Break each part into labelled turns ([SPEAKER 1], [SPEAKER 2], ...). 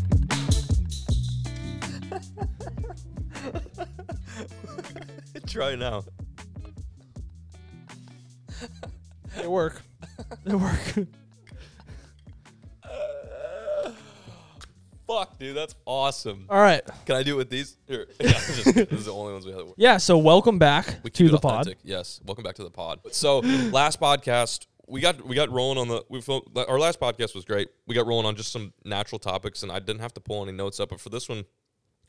[SPEAKER 1] try now.
[SPEAKER 2] They work. They work.
[SPEAKER 1] Fuck, dude, that's awesome.
[SPEAKER 2] All right.
[SPEAKER 1] Can I do it with these? Here. Yeah, this is- this is the only ones we have. That work.
[SPEAKER 2] Yeah. So welcome back
[SPEAKER 1] We
[SPEAKER 2] to
[SPEAKER 1] keep it
[SPEAKER 2] the pod.
[SPEAKER 1] authentic. Yes, welcome back to the pod. So last podcast, we got we got rolling on the we fil- our last podcast was great. We got rolling on just some natural topics, and I didn't have to pull any notes up. But for this one,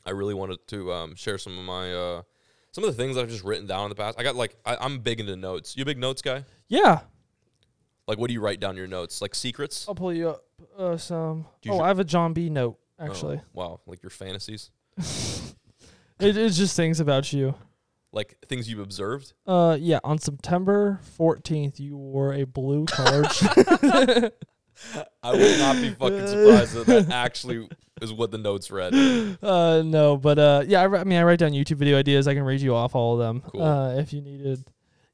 [SPEAKER 1] I really wanted to um, share some of my uh, some of the things that I've just written down in the past. I got like I, I'm big into notes. You a big notes guy?
[SPEAKER 2] Yeah.
[SPEAKER 1] Like, what do you write down in your notes? Like secrets?
[SPEAKER 2] I'll pull you up uh, some.
[SPEAKER 1] Do you
[SPEAKER 2] Oh,
[SPEAKER 1] ju-
[SPEAKER 2] I have a John B. note
[SPEAKER 1] Oh,
[SPEAKER 2] actually.
[SPEAKER 1] wow, like your fantasies,
[SPEAKER 2] It, it's just things about you.
[SPEAKER 1] like things you've observed.
[SPEAKER 2] Uh, yeah. On September fourteenth, you wore a blue colored. shirt.
[SPEAKER 1] I will not be fucking surprised that that actually is what the notes read.
[SPEAKER 2] Uh, no, but uh, yeah. I, wri- I mean, I write down YouTube video ideas. I can read you off all of them.
[SPEAKER 1] Cool.
[SPEAKER 2] Uh, if you needed.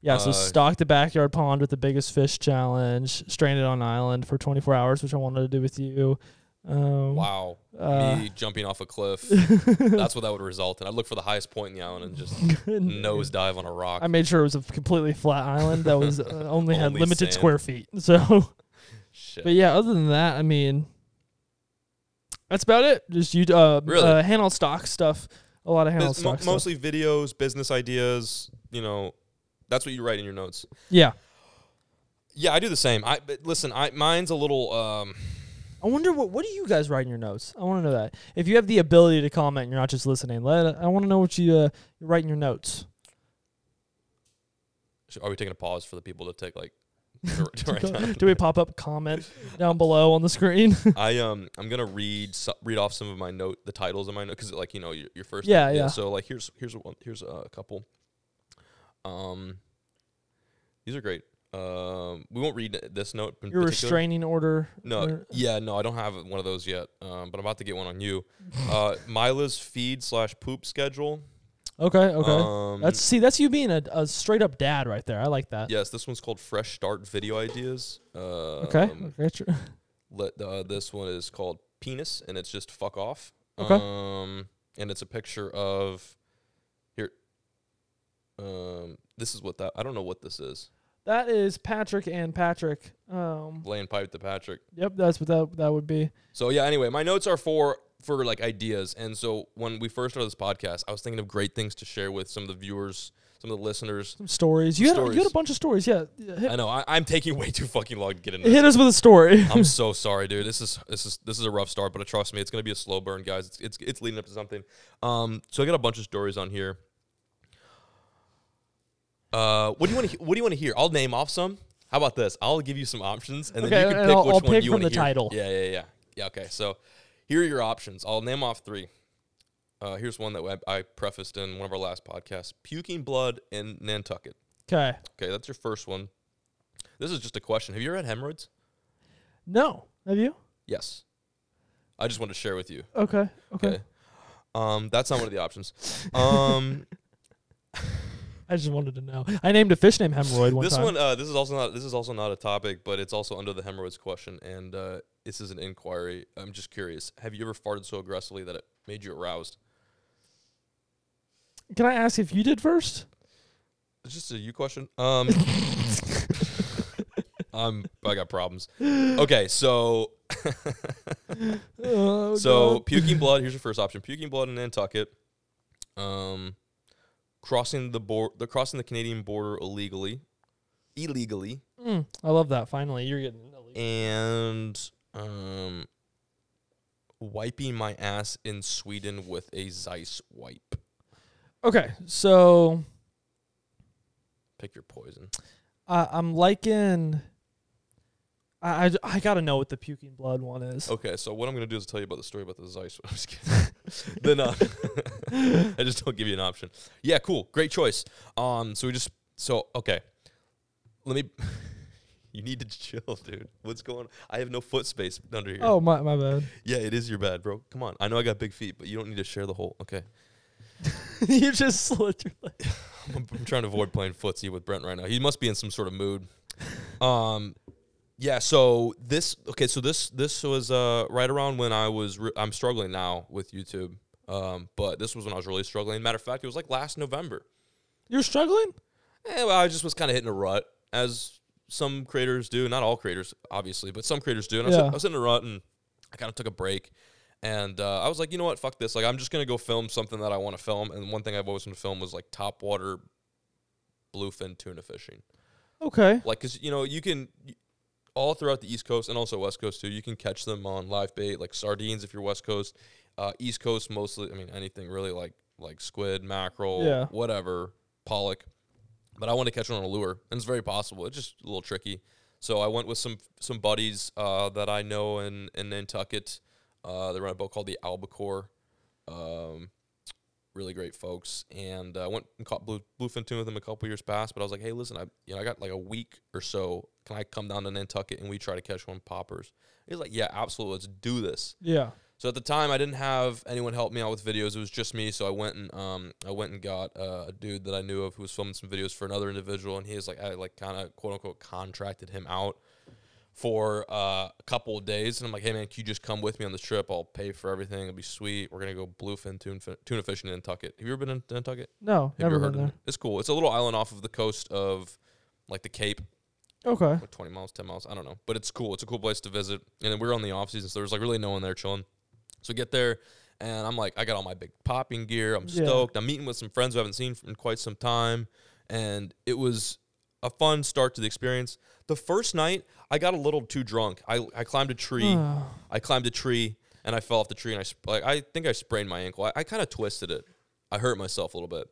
[SPEAKER 2] Yeah, so
[SPEAKER 1] Uh,
[SPEAKER 2] stock the backyard pond with the biggest fish challenge. Stranded on island for 24 hours, which I wanted to do with you. Um,
[SPEAKER 1] Wow.
[SPEAKER 2] Uh,
[SPEAKER 1] Me jumping off a cliff. That's what that would result in. I'd look for the highest point in the island and just nose dive on a rock.
[SPEAKER 2] I made sure it was a completely flat island that was uh, only had
[SPEAKER 1] Only
[SPEAKER 2] limited
[SPEAKER 1] sand.
[SPEAKER 2] square feet. So,
[SPEAKER 1] Shit.
[SPEAKER 2] but yeah, other than that, I mean, that's about it. Just you, uh,
[SPEAKER 1] Really?
[SPEAKER 2] uh hand on stock stuff. A lot of hand on
[SPEAKER 1] Bus- mo-
[SPEAKER 2] stock stuff.
[SPEAKER 1] mostly videos, business ideas, you know, that's what you write in your notes.
[SPEAKER 2] Yeah,
[SPEAKER 1] Yeah, I do the same. I but listen, I mine's a little um
[SPEAKER 2] I wonder what what do you guys write in your notes? I want to know that. If you have the ability to comment, and you're not just listening. Let I want to know what you uh, you write in your notes.
[SPEAKER 1] sh- are we taking a pause for the people to take like to, to write down?
[SPEAKER 2] do we pop up comment down below on the screen?
[SPEAKER 1] I um I'm gonna read so, read off some of my note the titles of my note because like you know your, your first
[SPEAKER 2] Yeah,
[SPEAKER 1] name-
[SPEAKER 2] yeah.
[SPEAKER 1] so like here's here's a one here's a couple um these are great um we won't read this note in
[SPEAKER 2] Your
[SPEAKER 1] particular.
[SPEAKER 2] restraining order.
[SPEAKER 1] no
[SPEAKER 2] or-
[SPEAKER 1] yeah no I don't have one of those yet um but I'm about to get one on you uh Mila's feed slash poop schedule
[SPEAKER 2] Okay. Okay.
[SPEAKER 1] um,
[SPEAKER 2] That's see, that's you being a, a straight up dad right there. I like that.
[SPEAKER 1] yes this one's called fresh start video ideas um,
[SPEAKER 2] Okay. okay. Sure.
[SPEAKER 1] Let uh, this one is called penis, and it's just fuck off.
[SPEAKER 2] Okay.
[SPEAKER 1] Um, and it's a picture of here. Um, this is what that I don't know what this is.
[SPEAKER 2] That is Patrick and Patrick. Um.
[SPEAKER 1] Laying pipe to Patrick.
[SPEAKER 2] Yep. That's what that that would be.
[SPEAKER 1] So yeah. Anyway, my notes are for for like ideas, and so when we first started this podcast, I was thinking of great things to share with some of the viewers, some of the listeners.
[SPEAKER 2] Some stories. You had you had
[SPEAKER 1] Stories.
[SPEAKER 2] a bunch of stories. Yeah. yeah, Hit,
[SPEAKER 1] I know I, I'm taking way too fucking long to get into.
[SPEAKER 2] hit us with a story.
[SPEAKER 1] I'm so sorry, dude. This is this is this is a rough start, but uh, trust me, it's gonna be a slow burn, guys. It's it's, it's leading up to something. Um, so I got a bunch of stories on here. Uh, what do you want to what do you want to hear? I'll name off some. How about this? I'll give you some options, and
[SPEAKER 2] Okay,
[SPEAKER 1] then you can
[SPEAKER 2] and
[SPEAKER 1] pick
[SPEAKER 2] I'll-
[SPEAKER 1] which
[SPEAKER 2] I'll
[SPEAKER 1] one
[SPEAKER 2] pick
[SPEAKER 1] you
[SPEAKER 2] from
[SPEAKER 1] want to hear.
[SPEAKER 2] the title.
[SPEAKER 1] Yeah, yeah, yeah, yeah. Okay, so here are your options. I'll name off three. Uh, here's one that I, I prefaced in one of our last podcasts: puking blood in Nantucket.
[SPEAKER 2] Okay.
[SPEAKER 1] Okay, that's your first one. This is just a question. Have you ever had hemorrhoids?
[SPEAKER 2] No. Have you?
[SPEAKER 1] Yes. I just wanted to share with you.
[SPEAKER 2] Okay. Okay.
[SPEAKER 1] Okay. Um, that's not one of the options. Um,
[SPEAKER 2] I just wanted to know. I named a fish named Hemorrhoid one
[SPEAKER 1] this
[SPEAKER 2] time.
[SPEAKER 1] one, uh, this is also not this is also not a topic, but it's also under the hemorrhoids question, and uh, this is an inquiry. I'm just curious. Have you ever farted so aggressively that it made you aroused?
[SPEAKER 2] Can I ask if you did first?
[SPEAKER 1] It's just a you question. Um, I'm I got problems. Okay, so
[SPEAKER 2] Oh,
[SPEAKER 1] so
[SPEAKER 2] God.
[SPEAKER 1] puking blood. Here's your first option: puking blood in Nantucket. Um, crossing the board, the crossing the Canadian border illegally, illegally,
[SPEAKER 2] Mm, I love that. Finally, you're getting.
[SPEAKER 1] and um, wiping my ass in Sweden with a Zeiss wipe.
[SPEAKER 2] Okay. So
[SPEAKER 1] Pick your poison.
[SPEAKER 2] I I'm liking. I, I, I gotta know what the puking blood one is.
[SPEAKER 1] Okay, so what I'm gonna do is tell you about the story about the Zeiss. I'm just kidding. then uh, I just don't give you an option. Yeah, cool, great choice. Um, so we just so okay. Let me. you need to chill, dude. What's going? on? I have no foot space under here.
[SPEAKER 2] Oh my my bad.
[SPEAKER 1] yeah, it is your bad, bro. Come on. I know I got big feet, but you don't need to share the whole. Okay,
[SPEAKER 2] you just slipped your leg.
[SPEAKER 1] I'm, I'm trying to avoid playing footsie with Brent right now. He must be in some sort of mood. Um, yeah. So this okay. So this this was uh right around when I was re- I'm struggling now with YouTube. Um, but this was when I was really struggling. Matter of fact, it was like last November.
[SPEAKER 2] You're struggling?
[SPEAKER 1] Eh, well, I just was kind of hitting a rut, as some creators do. Not all creators, obviously, but some creators do. And I, was,
[SPEAKER 2] Yeah.
[SPEAKER 1] I was in a rut, and I kind of took a break. And uh, I was like, you know what? Fuck this. Like, I'm just gonna go film something that I want to film. And one thing I've always wanted to film was like top water bluefin tuna fishing.
[SPEAKER 2] Okay.
[SPEAKER 1] Like, cause you know you can y- all throughout the East Coast and also West Coast too. You can catch them on live bait, like sardines if you're West Coast. Uh, East Coast mostly. I mean, anything really like like squid, mackerel,
[SPEAKER 2] Yeah.
[SPEAKER 1] whatever, pollock. But I want to catch one on a lure, and it's very possible. It's just a little tricky. So I went with some some buddies uh, that I know in in Nantucket. Uh, they run a boat called the Albacore. Um, really great folks, and uh, I went and caught blue, bluefin tuna with them a couple years past. But I was like, hey, listen, I you know I got like a week or so. Can I come down to Nantucket and we try to catch one poppers? He's like, yeah, absolutely, let's do this.
[SPEAKER 2] Yeah.
[SPEAKER 1] So at the time, I didn't have anyone help me out with videos. It was just me. So I went and um, I went and got uh, a dude that I knew of who was filming some videos for another individual, and he was like, I like kind of quote unquote contracted him out for uh, a couple of days. And I'm like, hey man, can you just come with me on this trip? I'll pay for everything. It'll be sweet. We're gonna go bluefin tuna, fi- tuna fishing in Nantucket. Have you ever been in Nantucket?
[SPEAKER 2] No,
[SPEAKER 1] Have you
[SPEAKER 2] never
[SPEAKER 1] ever
[SPEAKER 2] been
[SPEAKER 1] of
[SPEAKER 2] there.
[SPEAKER 1] it? It's cool. It's a little island off of the coast of like the Cape
[SPEAKER 2] Okay.
[SPEAKER 1] like 20 miles, 10 miles. I don't know. But it's cool. It's a cool place to visit. And then we were on the off season, so there was like really no one there chilling. So we get there, and I'm like, I got all my big popping gear. I'm
[SPEAKER 2] Yeah.
[SPEAKER 1] stoked. I'm meeting with some friends who I haven't seen in quite some time. And it was a fun start to the experience. The first night, I got a little too drunk. I, I climbed a tree.
[SPEAKER 2] Hmm.
[SPEAKER 1] I climbed a tree, and I fell off the tree, and I sp- like, I think I sprained my ankle. I, I kind of twisted it. I hurt myself a little bit.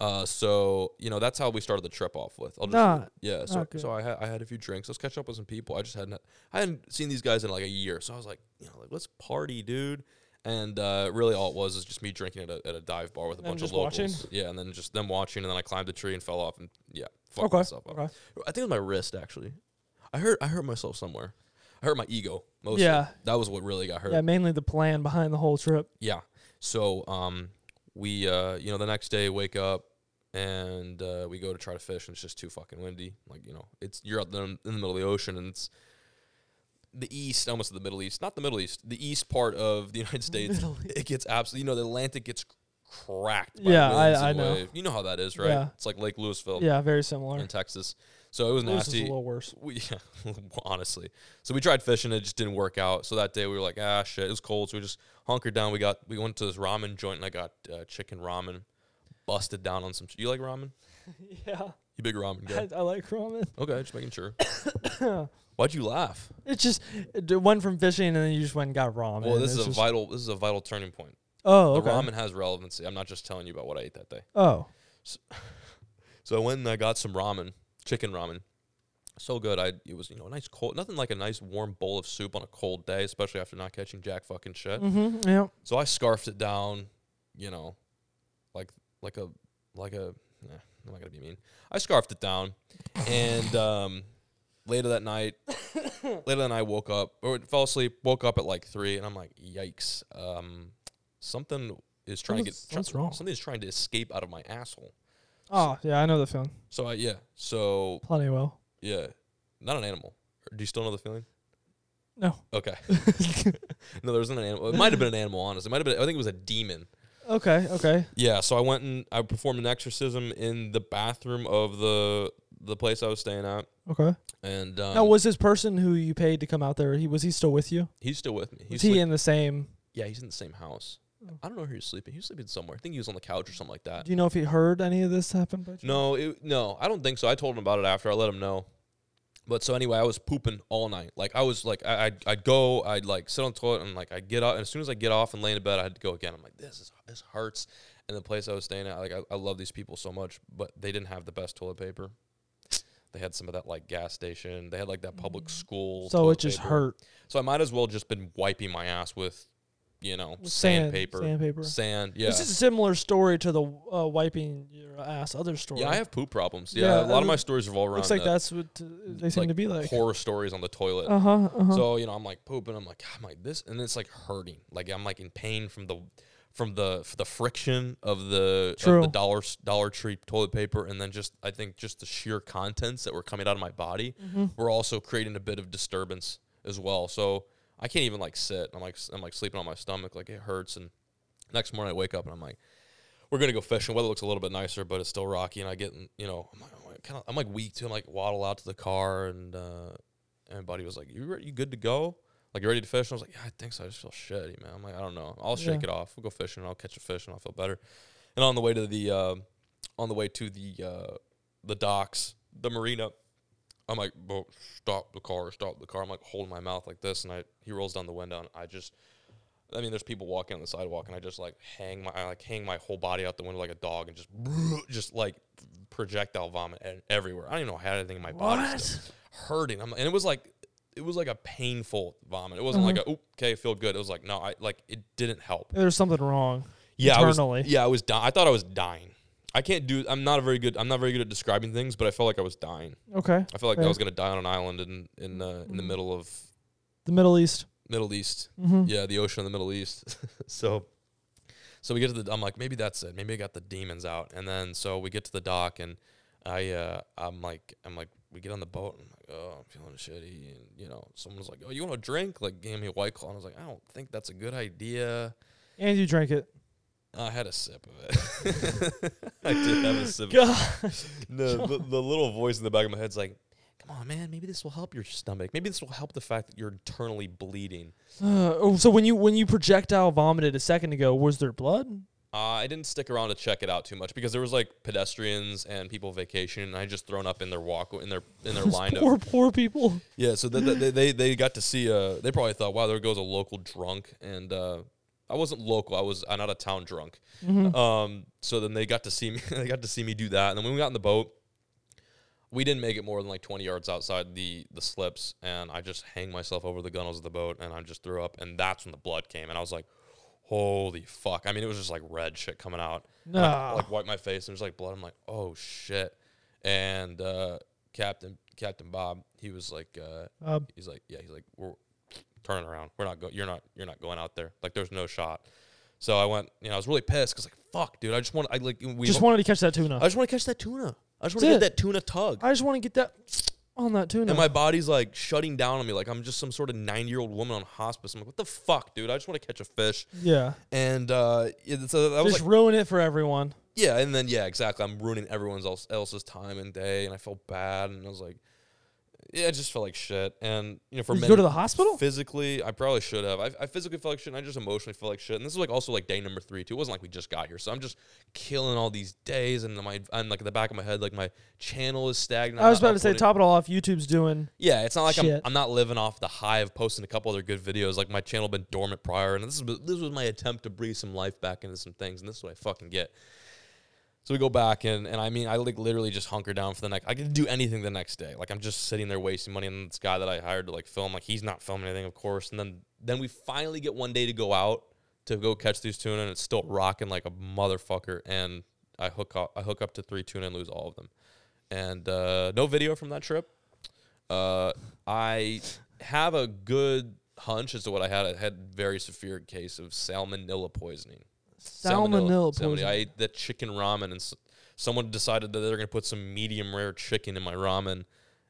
[SPEAKER 1] Uh, so you know that's how we started the trip off with. I'll just
[SPEAKER 2] Nah,
[SPEAKER 1] yeah, so
[SPEAKER 2] not good.
[SPEAKER 1] so I had I had a few drinks. Let's catch up with some people. I just hadn't I hadn't seen these guys in like a year, so I was like, you know, like let's party, dude. And uh, really, all it was is just me drinking at a, at a dive bar with a
[SPEAKER 2] And
[SPEAKER 1] bunch
[SPEAKER 2] just
[SPEAKER 1] of locals.
[SPEAKER 2] watching?
[SPEAKER 1] Yeah, and then just them watching, and then I climbed a tree and fell off, and yeah, fucked
[SPEAKER 2] Okay.
[SPEAKER 1] myself up.
[SPEAKER 2] Okay.
[SPEAKER 1] I think it was my wrist actually. I hurt I hurt myself somewhere. I hurt my ego mostly.
[SPEAKER 2] Yeah.
[SPEAKER 1] that was what really got hurt.
[SPEAKER 2] Yeah, mainly the plan behind the whole trip.
[SPEAKER 1] Yeah. So um, we uh, you know the next day wake up and uh, we go to try to fish and it's just too fucking windy. Like you know it's you're out there in the middle of the ocean and it's the east almost the middle east not the middle east the east part of the united states
[SPEAKER 2] Middle
[SPEAKER 1] it gets absolutely you know the atlantic gets cracked by
[SPEAKER 2] Yeah, I-
[SPEAKER 1] winds and
[SPEAKER 2] I know.
[SPEAKER 1] wave. you know how that is right
[SPEAKER 2] Yeah.
[SPEAKER 1] it's like lake louisville
[SPEAKER 2] Yeah, very similar.
[SPEAKER 1] in texas so it was
[SPEAKER 2] This is a
[SPEAKER 1] nasty
[SPEAKER 2] little worse.
[SPEAKER 1] we yeah, honestly. So we tried fishing, it just didn't work out. So that day we were like, ah, shit, it was cold. So we just hunkered down. We got we went to this ramen joint, and I got uh, chicken ramen, busted down on some. You like ramen?
[SPEAKER 2] Yeah,
[SPEAKER 1] You big ramen guy?
[SPEAKER 2] I, I like ramen.
[SPEAKER 1] Okay, just making sure. Why'd you laugh?
[SPEAKER 2] It's just it d- went from fishing and then you just went and got ramen.
[SPEAKER 1] well, this is
[SPEAKER 2] It's
[SPEAKER 1] a
[SPEAKER 2] just-
[SPEAKER 1] vital. This is a vital turning point.
[SPEAKER 2] oh
[SPEAKER 1] The
[SPEAKER 2] okay
[SPEAKER 1] ramen has relevancy. I'm not just telling you about what I ate that day.
[SPEAKER 2] oh
[SPEAKER 1] So I went and I got some ramen, chicken ramen. So good. I it was you know a nice cold, nothing like a nice warm bowl of soup on a cold day, especially after not catching jack fucking shit.
[SPEAKER 2] mm-hmm, yeah
[SPEAKER 1] So I scarfed it down, you know, like like a like a. eh, I'm not gonna be mean. I scarfed it down, and um, later that night, later that night, I woke up or fell asleep. Woke up at like three, and I'm like, yikes, um, something is trying to get
[SPEAKER 2] Something's- something's wrong.
[SPEAKER 1] Something's trying to escape out of my asshole.
[SPEAKER 2] oh yeah I know the feeling
[SPEAKER 1] So I yeah. So
[SPEAKER 2] plenty well
[SPEAKER 1] yeah, not an animal. Do you still know the feeling?
[SPEAKER 2] no
[SPEAKER 1] Okay. no, there wasn't an animal. It might have been an animal. Honestly, it might have been. I think it was a demon.
[SPEAKER 2] okay okay
[SPEAKER 1] Yeah, so I went and I performed an exorcism in the bathroom of the the place I was staying at,
[SPEAKER 2] okay
[SPEAKER 1] and um,
[SPEAKER 2] now was this person who you paid to come out there he was he still with you
[SPEAKER 1] he's still with me. He's
[SPEAKER 2] was he
[SPEAKER 1] sleep-
[SPEAKER 2] in Oh. the same
[SPEAKER 1] yeah, he's in the same house. I don't know where he was sleeping. He was sleeping somewhere. I think he was on the couch or something like that.
[SPEAKER 2] do you know if he heard any of this happen by chance?
[SPEAKER 1] Uh, No, it, no, I don't think so. I told him about it after. I let him know. But so anyway, I was pooping all night. Like I was like I, I'd I'd go, I'd like sit on the toilet and like I would get up, and as soon as I get off and lay in bed, I had to go again. I'm like, this is this hurts. And the place I was staying at, like I, I love these people so much, but they didn't have the best toilet paper. They had some of that like gas station. They had like that public school.
[SPEAKER 2] Mm. so
[SPEAKER 1] toilet
[SPEAKER 2] it just
[SPEAKER 1] paper.
[SPEAKER 2] hurt
[SPEAKER 1] So I might as well just been wiping my ass with, you know,
[SPEAKER 2] With sand-
[SPEAKER 1] sandpaper,
[SPEAKER 2] sandpaper.
[SPEAKER 1] sand. Yeah,
[SPEAKER 2] this is a similar story to the uh, wiping your ass other story
[SPEAKER 1] yeah. I have poop problems.
[SPEAKER 2] Yeah,
[SPEAKER 1] Yeah, a lot
[SPEAKER 2] that
[SPEAKER 1] of my stories revolve around
[SPEAKER 2] looks like
[SPEAKER 1] that.
[SPEAKER 2] that's what uh, they seem to be like
[SPEAKER 1] horror stories on the toilet.
[SPEAKER 2] uh huh uh huh
[SPEAKER 1] So you know, I'm like pooping. I'm like, I'm like this, and it's like hurting. Like I'm like in pain from the from the f- the friction of the of
[SPEAKER 2] True.
[SPEAKER 1] the dollar s- Dollar Tree toilet paper, and then just I think just the sheer contents that were coming out of my body
[SPEAKER 2] Mm-hmm.
[SPEAKER 1] were also creating a bit of disturbance as well. So I can't even like sit. I'm like s- I'm like sleeping on my stomach. Like it hurts, and next morning I wake up and I'm like. we're gonna go fishing. Weather looks a little bit nicer, but it's still rocky. And I get, in- you know, I'm like, I'm like, kind of, I'm like weak too. I'm like waddle out to the car, and uh, and buddy was like, "You re- you good to go? Like you ready to fish?" And I was like, "Yeah, I think so. I just feel shitty, man. I'm like, I don't know. I'll shake it
[SPEAKER 2] Yeah.
[SPEAKER 1] off. We'll go fishing. and I'll catch a fish, and I'll feel better." And on the way to the, uh, on the way to the, uh, the docks, the marina, I'm like, "Bro, stop the car, stop the car." I'm like holding my mouth like this, and I he rolls down the window, and I just I mean, there's people walking on the sidewalk, and I just like hang my I like hang my whole body out the window like a dog, and just just like projectile vomit and everywhere. I don't even know how I had anything in my body still. hurting. I'm, and it was like it was like a painful vomit. It wasn't like a "Oop, okay, I feel good. It was like no, I like it didn't help.
[SPEAKER 2] There's something wrong.
[SPEAKER 1] Yeah, I was,
[SPEAKER 2] Internally.
[SPEAKER 1] yeah, I was. Di- I thought I was dying. I can't do. I'm not a very good. I'm not very good at describing things, but I felt like I was dying.
[SPEAKER 2] Okay.
[SPEAKER 1] I felt like I
[SPEAKER 2] Fair.
[SPEAKER 1] was gonna die on an island in in uh, in the middle of
[SPEAKER 2] The Middle East.
[SPEAKER 1] Middle East.
[SPEAKER 2] Mm-hmm.
[SPEAKER 1] Yeah, the ocean of the Middle East. so so we get to the I'm like, maybe that's it. Maybe I got the demons out. And then so we get to the dock and I uh I'm like I'm like we get on the boat and I'm like, oh, I'm feeling shitty and you know, someone's like, Oh, you want a drink? Like gave me a white claw and I was like, I don't think that's a good idea.
[SPEAKER 2] And you drank it.
[SPEAKER 1] I had a sip of it. I did have a sip.
[SPEAKER 2] God.
[SPEAKER 1] The, the the little voice in the back of my head's like, Come on, man, maybe this will help your stomach. Maybe this will help the fact that you're internally bleeding.
[SPEAKER 2] Uh, oh, so when you when you projectile vomited a second ago, was there blood?
[SPEAKER 1] Uh, I didn't stick around to check it out too much because there was like pedestrians and people vacationing, and I just thrown up in their walk in their in their lineup.
[SPEAKER 2] Poor poor people.
[SPEAKER 1] Yeah, so th- th- they, they they got to see. Uh, they probably thought, wow, there goes a local drunk, and uh, I wasn't local. I was an out of town drunk. Um, so then they got to see me. they got to see me do that, and then when we got in the boat, we didn't make it more than like twenty yards outside the the slips, and I just hang myself over the gunnels of the boat, and I just threw up, and that's when the blood came, and I was like. Holy fuck! I mean, it was just like red shit coming out. And I,
[SPEAKER 2] No.
[SPEAKER 1] like wipe my face, and there's like blood. I'm like, oh shit! And uh, Captain Captain Bob, he was like, uh,
[SPEAKER 2] Uh,
[SPEAKER 1] he's like, yeah, he's like, we're turning around. We're not going. You're not. You're not going out there. Like, there's no shot. So I went. You know, I was really pissed because like, fuck, dude. I just want. I like. We
[SPEAKER 2] just wanted to catch that
[SPEAKER 1] I
[SPEAKER 2] tuna.
[SPEAKER 1] just want to catch that tuna. I just want to
[SPEAKER 2] That's
[SPEAKER 1] get
[SPEAKER 2] it.
[SPEAKER 1] that tuna tug.
[SPEAKER 2] I just want to get that on that tuna.
[SPEAKER 1] and my body's like shutting down on me. Like I'm just some sort of nine year old woman on hospice. I'm like, what the fuck, dude? I just want to catch a fish.
[SPEAKER 2] yeah.
[SPEAKER 1] And uh, it- so that was
[SPEAKER 2] Just
[SPEAKER 1] like,
[SPEAKER 2] ruin it for everyone.
[SPEAKER 1] yeah, and then yeah, exactly. I'm ruining everyone's else else's time and day, and I felt bad, and I was like, yeah, I just felt like shit. And you know, for
[SPEAKER 2] Did
[SPEAKER 1] many,
[SPEAKER 2] you go to the hospital?
[SPEAKER 1] Physically, I probably should have. I, I physically felt like shit, and I just emotionally felt like shit. And this is like also like day number three too. It wasn't like we just got here, so I'm just killing all these days, and my I'm like in the back of my head, like my channel is stagnant.
[SPEAKER 2] I was
[SPEAKER 1] I'm not
[SPEAKER 2] about to say,
[SPEAKER 1] uploading-
[SPEAKER 2] top it all off. YouTube's doing.
[SPEAKER 1] yeah, it's not like I'm,
[SPEAKER 2] Shit.
[SPEAKER 1] I'm not living off the high of posting a couple other good videos. Like my channel been dormant prior, and this is this was my attempt to breathe some life back into some things, and this is what I fucking get. So we go back and and I mean I like literally just hunker down for the next. I can do anything the next day. Like I'm just sitting there wasting money on this guy that I hired to like film. Like he's not filming anything, of course. And then then we finally get one day to go out to go catch these tuna, and it's still rocking like a motherfucker. And I hook up I hook up to three tuna and lose all of them. And uh, no video from that trip. Uh, I have a good hunch as to what I had. I had a very severe case of salmonella poisoning.
[SPEAKER 2] Salmonella
[SPEAKER 1] I
[SPEAKER 2] poisoning.
[SPEAKER 1] ate that chicken ramen, and s- someone decided that they're going to put some medium rare chicken in my ramen,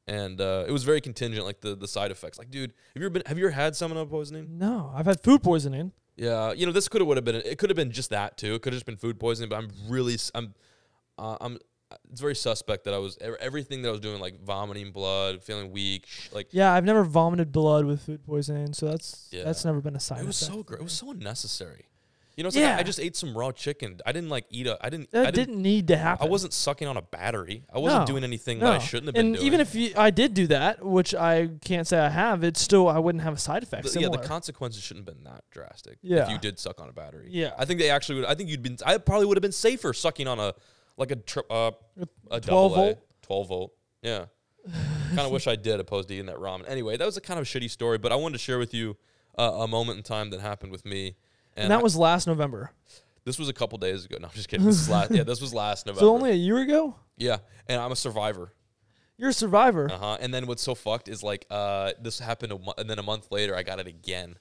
[SPEAKER 1] and uh, it was very contingent, like the the side effects. Like, dude, have you ever been? Have you ever had salmonella poisoning?
[SPEAKER 2] No, I've had food poisoning.
[SPEAKER 1] Yeah, you know, this could have would have been it could have been just that too. It could have just been food poisoning, but I'm really s- I'm uh, I'm it's very suspect that I was ev- everything that I was doing like vomiting blood, feeling weak, sh- like
[SPEAKER 2] Yeah, I've never vomited blood with food poisoning, so that's
[SPEAKER 1] Yeah.
[SPEAKER 2] that's never been a side
[SPEAKER 1] it was
[SPEAKER 2] effect.
[SPEAKER 1] so gr- it was so unnecessary. You know, it's like I- I,
[SPEAKER 2] Yeah.
[SPEAKER 1] just ate some raw chicken. I didn't like eat a I didn't
[SPEAKER 2] that
[SPEAKER 1] I
[SPEAKER 2] didn't,
[SPEAKER 1] didn't,
[SPEAKER 2] need to happen.
[SPEAKER 1] I wasn't sucking on a battery. I wasn't
[SPEAKER 2] No,
[SPEAKER 1] doing anything
[SPEAKER 2] No.
[SPEAKER 1] that I shouldn't have been
[SPEAKER 2] and
[SPEAKER 1] doing.
[SPEAKER 2] even if you, I did do that, which I can't say I have, it's still I wouldn't have a side effect.
[SPEAKER 1] the, yeah, the
[SPEAKER 2] similar.
[SPEAKER 1] consequences shouldn't have been that drastic. if
[SPEAKER 2] Yeah.
[SPEAKER 1] you did suck on a battery.
[SPEAKER 2] Yeah.
[SPEAKER 1] I think they actually would. I think you'd been. I probably would have been safer sucking on a like a tri- uh, a 12
[SPEAKER 2] 12
[SPEAKER 1] volt,
[SPEAKER 2] volt?
[SPEAKER 1] twelve volt. Yeah, kind of wish I did opposed to eating that ramen. Anyway, that was a kind of shitty story, but I wanted to share with you uh, a moment in time that happened with me. And,
[SPEAKER 2] and that
[SPEAKER 1] I-
[SPEAKER 2] was last November.
[SPEAKER 1] this was a couple days ago. No, I'm just kidding. This is last, yeah, this was last November.
[SPEAKER 2] So only a year ago,
[SPEAKER 1] yeah, and I'm a survivor.
[SPEAKER 2] you're a survivor.
[SPEAKER 1] Uh huh. And then what's so fucked is like uh, this happened, a mo- and then a month later I got it again.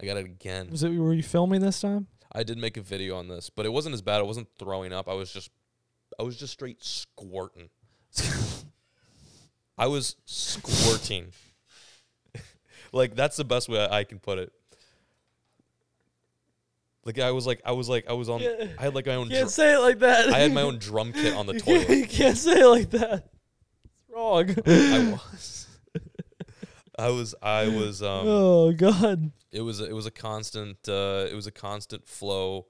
[SPEAKER 1] I got it again.
[SPEAKER 2] Was it? Were you filming this time?
[SPEAKER 1] I did make a video on this, but it wasn't as bad. I wasn't throwing up. I was just, I was just straight squirting. I was squirting. like that's the best way I can put it. Like I was like I was like I was on.
[SPEAKER 2] Yeah.
[SPEAKER 1] I had like my own.
[SPEAKER 2] Can't
[SPEAKER 1] Dr-
[SPEAKER 2] say it like that.
[SPEAKER 1] I had my own drum kit on the
[SPEAKER 2] You
[SPEAKER 1] toilet. Um,
[SPEAKER 2] can't- you can't say it like that. It's
[SPEAKER 1] I
[SPEAKER 2] wrong.
[SPEAKER 1] was. I was. I was. Um,
[SPEAKER 2] oh God.
[SPEAKER 1] it was. It was a constant. Uh, it was a constant flow,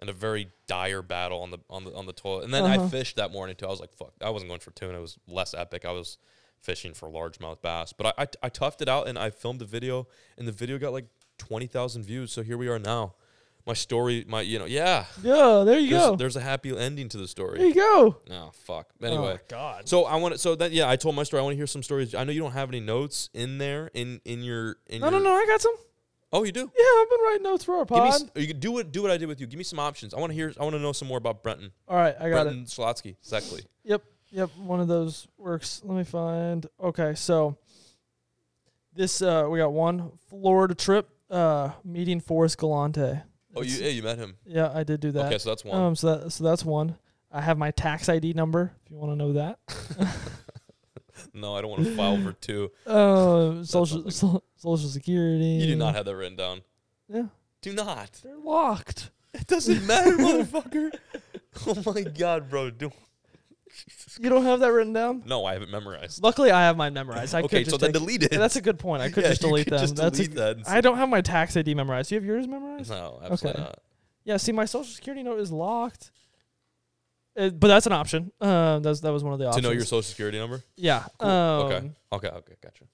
[SPEAKER 1] and a very dire battle on the on the on the toilet. And then I
[SPEAKER 2] Uh-huh.
[SPEAKER 1] fished that morning too. I was like, "Fuck!" I wasn't going for tuna. It was less epic. I was fishing for largemouth bass. But I I, I toughed it out, and I filmed a video, and the video got like twenty thousand views. So here we are now. My story. My you know yeah.
[SPEAKER 2] Yeah. There
[SPEAKER 1] There's,
[SPEAKER 2] you go.
[SPEAKER 1] there's a happy ending to the
[SPEAKER 2] there
[SPEAKER 1] story.
[SPEAKER 2] you go.
[SPEAKER 1] Oh fuck. Anyway.
[SPEAKER 2] Oh, God.
[SPEAKER 1] So I want to. So that yeah, I told my story. I want to hear some stories. I know you don't have any notes in there in in your. In
[SPEAKER 2] No, no,
[SPEAKER 1] your,
[SPEAKER 2] no. I got some.
[SPEAKER 1] Oh, you do.
[SPEAKER 2] Yeah, I've been writing notes for our
[SPEAKER 1] Give me.
[SPEAKER 2] pod.
[SPEAKER 1] s- You can do what do what I did with you. Give me some options. I want to hear. I want to know some more about Brenton.
[SPEAKER 2] All right, I got it.
[SPEAKER 1] Brenton Slotsky. Exactly.
[SPEAKER 2] Yep, yep. One of those works. Let me find. Okay, so this uh, we got one Florida trip. Uh, meeting Forrest Galante.
[SPEAKER 1] Oh, you
[SPEAKER 2] It's-
[SPEAKER 1] yeah, you met him.
[SPEAKER 2] Yeah, I did do that.
[SPEAKER 1] Okay, so that's one.
[SPEAKER 2] Um, so that so that's one. I have my tax ID number if you want to know that.
[SPEAKER 1] no, I don't want to file for two.
[SPEAKER 2] Um, social
[SPEAKER 1] like-
[SPEAKER 2] so- social security.
[SPEAKER 1] You do not have that written down.
[SPEAKER 2] Yeah,
[SPEAKER 1] Do not.
[SPEAKER 2] they're locked.
[SPEAKER 1] It doesn't matter, motherfucker. Oh my god, bro. Do,
[SPEAKER 2] You don't have that written down.
[SPEAKER 1] no, I haven't memorized.
[SPEAKER 2] Luckily, I have mine memorized. I
[SPEAKER 1] okay,
[SPEAKER 2] could just
[SPEAKER 1] so then
[SPEAKER 2] take-
[SPEAKER 1] delete it.
[SPEAKER 2] Yeah, that's a good point. I could
[SPEAKER 1] Yeah,
[SPEAKER 2] just
[SPEAKER 1] you
[SPEAKER 2] delete
[SPEAKER 1] could
[SPEAKER 2] them.
[SPEAKER 1] just
[SPEAKER 2] that's
[SPEAKER 1] delete
[SPEAKER 2] a,
[SPEAKER 1] that and
[SPEAKER 2] I don't have my tax ID memorized. You have yours memorized?
[SPEAKER 1] No, absolutely
[SPEAKER 2] Okay.
[SPEAKER 1] not.
[SPEAKER 2] Yeah, see, my social security note is locked. Uh, but that's an option. Um, that's that was one of the options.
[SPEAKER 1] To know your social security number.
[SPEAKER 2] yeah.
[SPEAKER 1] Cool.
[SPEAKER 2] Um,
[SPEAKER 1] okay. Okay. Okay. Gotcha.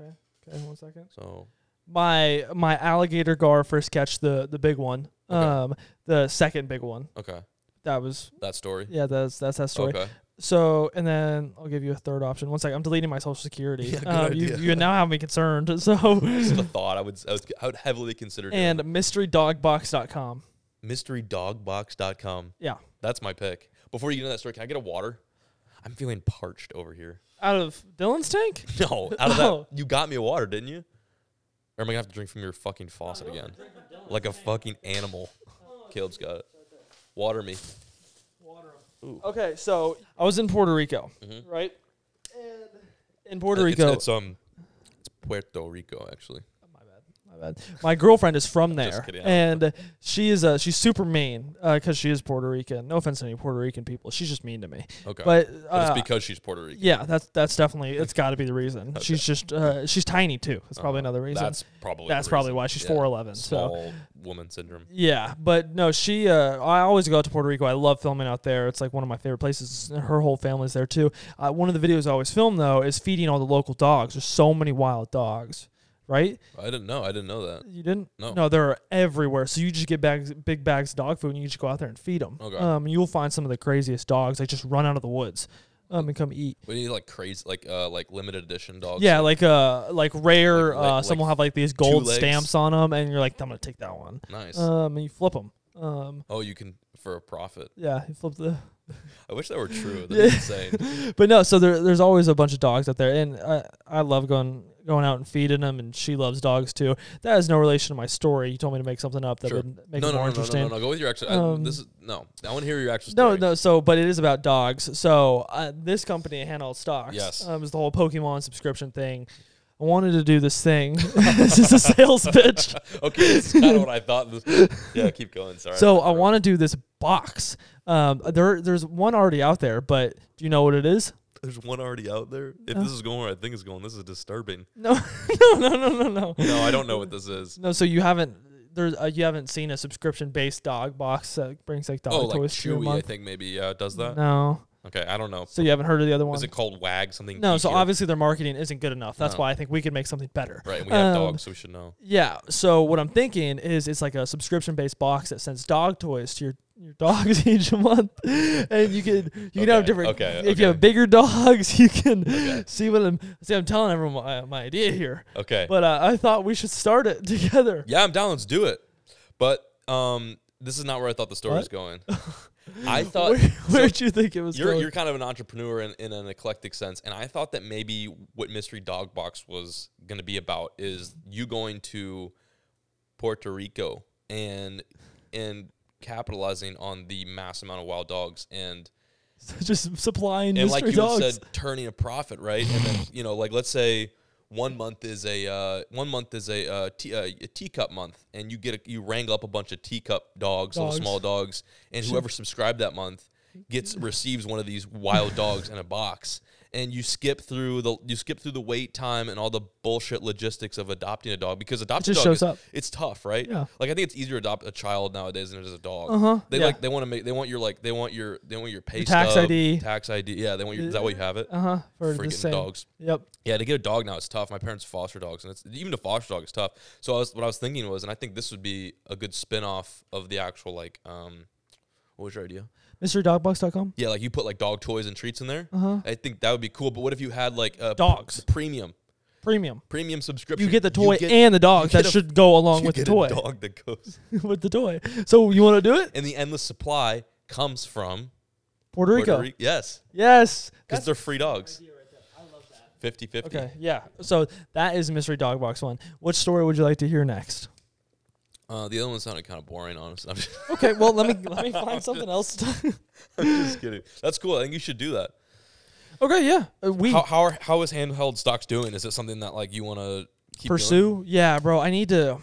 [SPEAKER 2] Okay, one second.
[SPEAKER 1] So
[SPEAKER 2] My my alligator gar first catch the the big one.
[SPEAKER 1] Okay.
[SPEAKER 2] Um, the second big one.
[SPEAKER 1] okay,
[SPEAKER 2] That was
[SPEAKER 1] that story.
[SPEAKER 2] yeah. That's that's that story.
[SPEAKER 1] Okay.
[SPEAKER 2] So and then I'll give you a third option. One second. I'm deleting my social security.
[SPEAKER 1] Yeah, good
[SPEAKER 2] um, you
[SPEAKER 1] idea.
[SPEAKER 2] you now have me concerned. So
[SPEAKER 1] Just a thought. I would. I would, I would heavily consider. doing
[SPEAKER 2] and
[SPEAKER 1] that.
[SPEAKER 2] mysterydogbox.com.
[SPEAKER 1] MysteryDogBox.com.
[SPEAKER 2] Yeah.
[SPEAKER 1] That's my pick. Before you get into that story, can I get a water? I'm feeling parched over here.
[SPEAKER 2] Out of Dylan's tank.
[SPEAKER 1] No, out of
[SPEAKER 2] Oh.
[SPEAKER 1] that, you got me a water, didn't you? Or am I gonna have to drink from your fucking faucet again, like a fucking animal? Caleb's got it. Water me.
[SPEAKER 2] Okay, so I was in Puerto Rico,
[SPEAKER 1] Mhm.
[SPEAKER 2] right? And in Puerto
[SPEAKER 1] It-
[SPEAKER 2] Rico,
[SPEAKER 1] It's, it's um, it's Puerto Rico actually.
[SPEAKER 2] my bad, my bad. My girlfriend is from
[SPEAKER 1] Just
[SPEAKER 2] there,
[SPEAKER 1] kidding, I don't
[SPEAKER 2] and she is uh, she's super mean because she is Puerto Rican. No offense to any Puerto Rican people, she's just mean to me.
[SPEAKER 1] Okay.
[SPEAKER 2] But,
[SPEAKER 1] But
[SPEAKER 2] uh,
[SPEAKER 1] it's because she's Puerto Rican.
[SPEAKER 2] yeah, that's that's definitely it's got to be the reason. She's just uh, she's tiny too. That's probably another reason.
[SPEAKER 1] Uh-huh. That's probably.
[SPEAKER 2] That's
[SPEAKER 1] the
[SPEAKER 2] probably
[SPEAKER 1] reason.
[SPEAKER 2] why she's
[SPEAKER 1] Yeah.
[SPEAKER 2] 4'11", so-
[SPEAKER 1] Small woman syndrome.
[SPEAKER 2] Yeah, but no, she. Uh, I always go out to Puerto Rico. I love filming out there. It's like one of my favorite places. Her whole family's there too. Uh, one of the videos I always film though is feeding all the local dogs. There's so many wild dogs, right?
[SPEAKER 1] I didn't know. I didn't know that.
[SPEAKER 2] You didn't?
[SPEAKER 1] No.
[SPEAKER 2] No, they're everywhere. So you just get bags, big bags of dog food, and you just go out there and feed them.
[SPEAKER 1] Okay.
[SPEAKER 2] Um, you'll find some of the craziest dogs. They just run out of the woods, um, and come eat.
[SPEAKER 1] We need like crazy, like uh, like limited edition dogs.
[SPEAKER 2] Yeah, like uh, like rare.
[SPEAKER 1] Oh, Like- like-
[SPEAKER 2] uh, some
[SPEAKER 1] like
[SPEAKER 2] will have like these gold
[SPEAKER 1] legs?
[SPEAKER 2] stamps on them, and you're like, I'm gonna take that one.
[SPEAKER 1] nice.
[SPEAKER 2] Um, and you flip them. Um,
[SPEAKER 1] oh, you can for a profit.
[SPEAKER 2] yeah, you flip the.
[SPEAKER 1] I wish that were true. That'd be insane.
[SPEAKER 2] but no, so there, there's always a bunch of dogs out there, and I, I love going going out and feeding them, and she loves dogs too. That has no relation to my story. You told me to make something up that
[SPEAKER 1] Sure.
[SPEAKER 2] would make
[SPEAKER 1] no, no,
[SPEAKER 2] it more
[SPEAKER 1] no, no,
[SPEAKER 2] interesting.
[SPEAKER 1] no, no, no. Go with your actual. I,
[SPEAKER 2] Um,
[SPEAKER 1] this is no. I want to hear your actual.
[SPEAKER 2] No,
[SPEAKER 1] Story.
[SPEAKER 2] no. So, but it is about dogs. So, uh, this company handles stocks.
[SPEAKER 1] Yes.
[SPEAKER 2] um, is the whole Pokemon subscription thing. I wanted to do this thing. this is a sales pitch.
[SPEAKER 1] okay, that's kind of what I thought. This. Yeah, keep going. Sorry.
[SPEAKER 2] So, I
[SPEAKER 1] interrupted.
[SPEAKER 2] want to do this box. Um, there, there's one already out there, but do you know what it is?
[SPEAKER 1] There's one already out there.
[SPEAKER 2] Uh.
[SPEAKER 1] If this is going where I think it's going, this is disturbing.
[SPEAKER 2] No, no, no, no, no, no.
[SPEAKER 1] No, I don't know what this is.
[SPEAKER 2] No, so you haven't there's uh, you haven't seen a subscription based dog box that brings like dog
[SPEAKER 1] Oh, like
[SPEAKER 2] toys to your
[SPEAKER 1] Chewy, I
[SPEAKER 2] month.
[SPEAKER 1] think maybe uh, does that.
[SPEAKER 2] No,
[SPEAKER 1] Okay, I don't know.
[SPEAKER 2] so you haven't heard of the other one.
[SPEAKER 1] Is it called Wag something?
[SPEAKER 2] no, so
[SPEAKER 1] geekier?
[SPEAKER 2] obviously their marketing isn't good enough. That's
[SPEAKER 1] No.
[SPEAKER 2] why I think we could make something better.
[SPEAKER 1] Right, and we have
[SPEAKER 2] um,
[SPEAKER 1] dogs, so we should know.
[SPEAKER 2] Yeah. So what I'm thinking is it's like a subscription based box that sends dog toys to your your dogs each month, and you can you can have
[SPEAKER 1] Okay,
[SPEAKER 2] different.
[SPEAKER 1] okay,
[SPEAKER 2] if you
[SPEAKER 1] okay.
[SPEAKER 2] have bigger dogs, you can
[SPEAKER 1] Okay.
[SPEAKER 2] see what I'm see. I'm telling everyone my, my idea here,
[SPEAKER 1] Okay.
[SPEAKER 2] but uh, I thought we should start it together.
[SPEAKER 1] Yeah, I'm down. Let's do it. But um, this is not where I thought the story was going. I thought
[SPEAKER 2] Where, where'd you think it was
[SPEAKER 1] you're
[SPEAKER 2] going?
[SPEAKER 1] you're kind of an entrepreneur in, in an eclectic sense, and I thought that maybe what Mystery Dog Box was going to be about is you going to Puerto Rico and and capitalizing on the mass amount of wild dogs and
[SPEAKER 2] just supplying
[SPEAKER 1] and
[SPEAKER 2] mystery
[SPEAKER 1] like you had
[SPEAKER 2] dogs.
[SPEAKER 1] said turning a profit right and then you know like let's say one month is a uh, one month is a, uh, tea, uh, a teacup month, and you get a, you wrangle up a bunch of teacup dogs, little
[SPEAKER 2] Dogs.
[SPEAKER 1] small dogs, and whoever subscribed that month gets receives one of these wild dogs in a box. And you skip through the you skip through the wait time and all the bullshit logistics of adopting a dog because adopting
[SPEAKER 2] just
[SPEAKER 1] a dog
[SPEAKER 2] shows
[SPEAKER 1] is-
[SPEAKER 2] up.
[SPEAKER 1] it's tough, right?
[SPEAKER 2] Yeah.
[SPEAKER 1] Like I think it's easier to adopt a child nowadays than it is a dog.
[SPEAKER 2] Uh-huh,
[SPEAKER 1] They
[SPEAKER 2] yeah.
[SPEAKER 1] like they want to make they want your like they want your they want your pay
[SPEAKER 2] tax
[SPEAKER 1] stub,
[SPEAKER 2] ID.
[SPEAKER 1] tax ID. Yeah, they want your, is that what you have it?
[SPEAKER 2] Uh huh. For the
[SPEAKER 1] Freaking
[SPEAKER 2] same.
[SPEAKER 1] dogs.
[SPEAKER 2] Yep.
[SPEAKER 1] Yeah, to get a dog now is tough. My parents foster dogs, and it's even to foster dog is tough. So I was, what I was thinking was, and I think this would be a good spin off of the actual like, um, what was your idea?
[SPEAKER 2] MrDogBox.com.
[SPEAKER 1] Yeah, like you put like dog toys and treats in there.
[SPEAKER 2] Uh-huh.
[SPEAKER 1] I think that would be cool. But what if you had like a
[SPEAKER 2] Dogs.
[SPEAKER 1] premium
[SPEAKER 2] Premium.
[SPEAKER 1] premium subscription?
[SPEAKER 2] You get the toy
[SPEAKER 1] get-
[SPEAKER 2] and the dog.
[SPEAKER 1] you
[SPEAKER 2] That
[SPEAKER 1] get a-
[SPEAKER 2] should go along
[SPEAKER 1] you
[SPEAKER 2] with the
[SPEAKER 1] get
[SPEAKER 2] toy.
[SPEAKER 1] a dog that goes,
[SPEAKER 2] with the toy. So you want to do it?
[SPEAKER 1] and the endless supply comes from
[SPEAKER 2] Puerto Rico.
[SPEAKER 1] Puerto Rico. Yes,
[SPEAKER 2] Yes.
[SPEAKER 1] because they're free dogs. 50-50.
[SPEAKER 2] Okay. Yeah. So that is mystery dog box one. What story would you like to hear next?
[SPEAKER 1] Uh, the other one sounded kind of boring, honestly. I'm just,
[SPEAKER 2] Okay. Well, let me let me find something else. to-
[SPEAKER 1] I'm just kidding. That's cool. I think you should do that.
[SPEAKER 2] okay. Yeah. Uh, we
[SPEAKER 1] How how, are, how is handheld stocks doing? Is it something that like you want to keep doing?
[SPEAKER 2] pursue. Yeah, bro. I need to.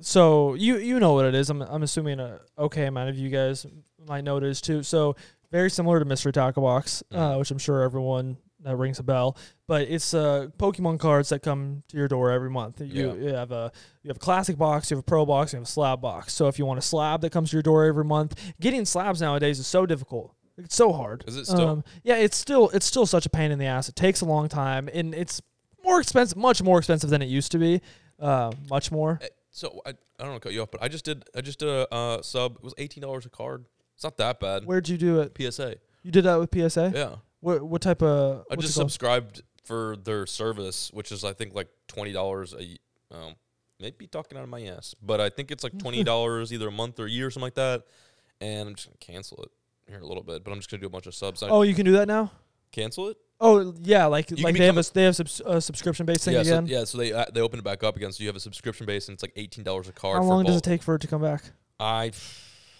[SPEAKER 2] So you you know what it is. I'm I'm assuming a okay amount of you guys might know what it is too. So very similar to Mystery Taco Box,
[SPEAKER 1] Mm.
[SPEAKER 2] uh, which I'm sure everyone that rings a bell. But it's uh, Pokemon cards that come to your door every month. You, you have a you have a classic box, you have a pro box, you have a slab box. So if you want a slab that comes to your door every month, getting slabs nowadays is so difficult. It's so hard. Um,
[SPEAKER 1] Is it still?
[SPEAKER 2] yeah, it's still it's still such a pain in the ass. It takes a long time, and it's more expensive, much more expensive than it used to be. Uh, much more.
[SPEAKER 1] Eh, So I, I don't want to cut you off, but I just did I just did a uh, sub. It was eighteen dollars a card. It's not that bad.
[SPEAKER 2] Where'd you do it?
[SPEAKER 1] PSA.
[SPEAKER 2] You did that with PSA.
[SPEAKER 1] Yeah,
[SPEAKER 2] What what type of?
[SPEAKER 1] I
[SPEAKER 2] what's
[SPEAKER 1] just
[SPEAKER 2] it called?
[SPEAKER 1] subscribed for their service, which is I think like twenty dollars a. y- Um, maybe talking out of my ass, but I think it's like twenty dollars either a month or a year or something like that. And I'm just gonna cancel it here in a little bit, but I'm just gonna do a bunch of subs. I
[SPEAKER 2] oh, you can do that now.
[SPEAKER 1] cancel it.
[SPEAKER 2] Oh yeah, like
[SPEAKER 1] can
[SPEAKER 2] like they have
[SPEAKER 1] become
[SPEAKER 2] a they have subs- a subscription based thing
[SPEAKER 1] yeah,
[SPEAKER 2] again.
[SPEAKER 1] So, yeah, so they uh, they opened it back up again. So you have a subscription base, and it's like eighteen dollars a card.
[SPEAKER 2] How
[SPEAKER 1] for
[SPEAKER 2] long does
[SPEAKER 1] both.
[SPEAKER 2] it take for it to come back?
[SPEAKER 1] I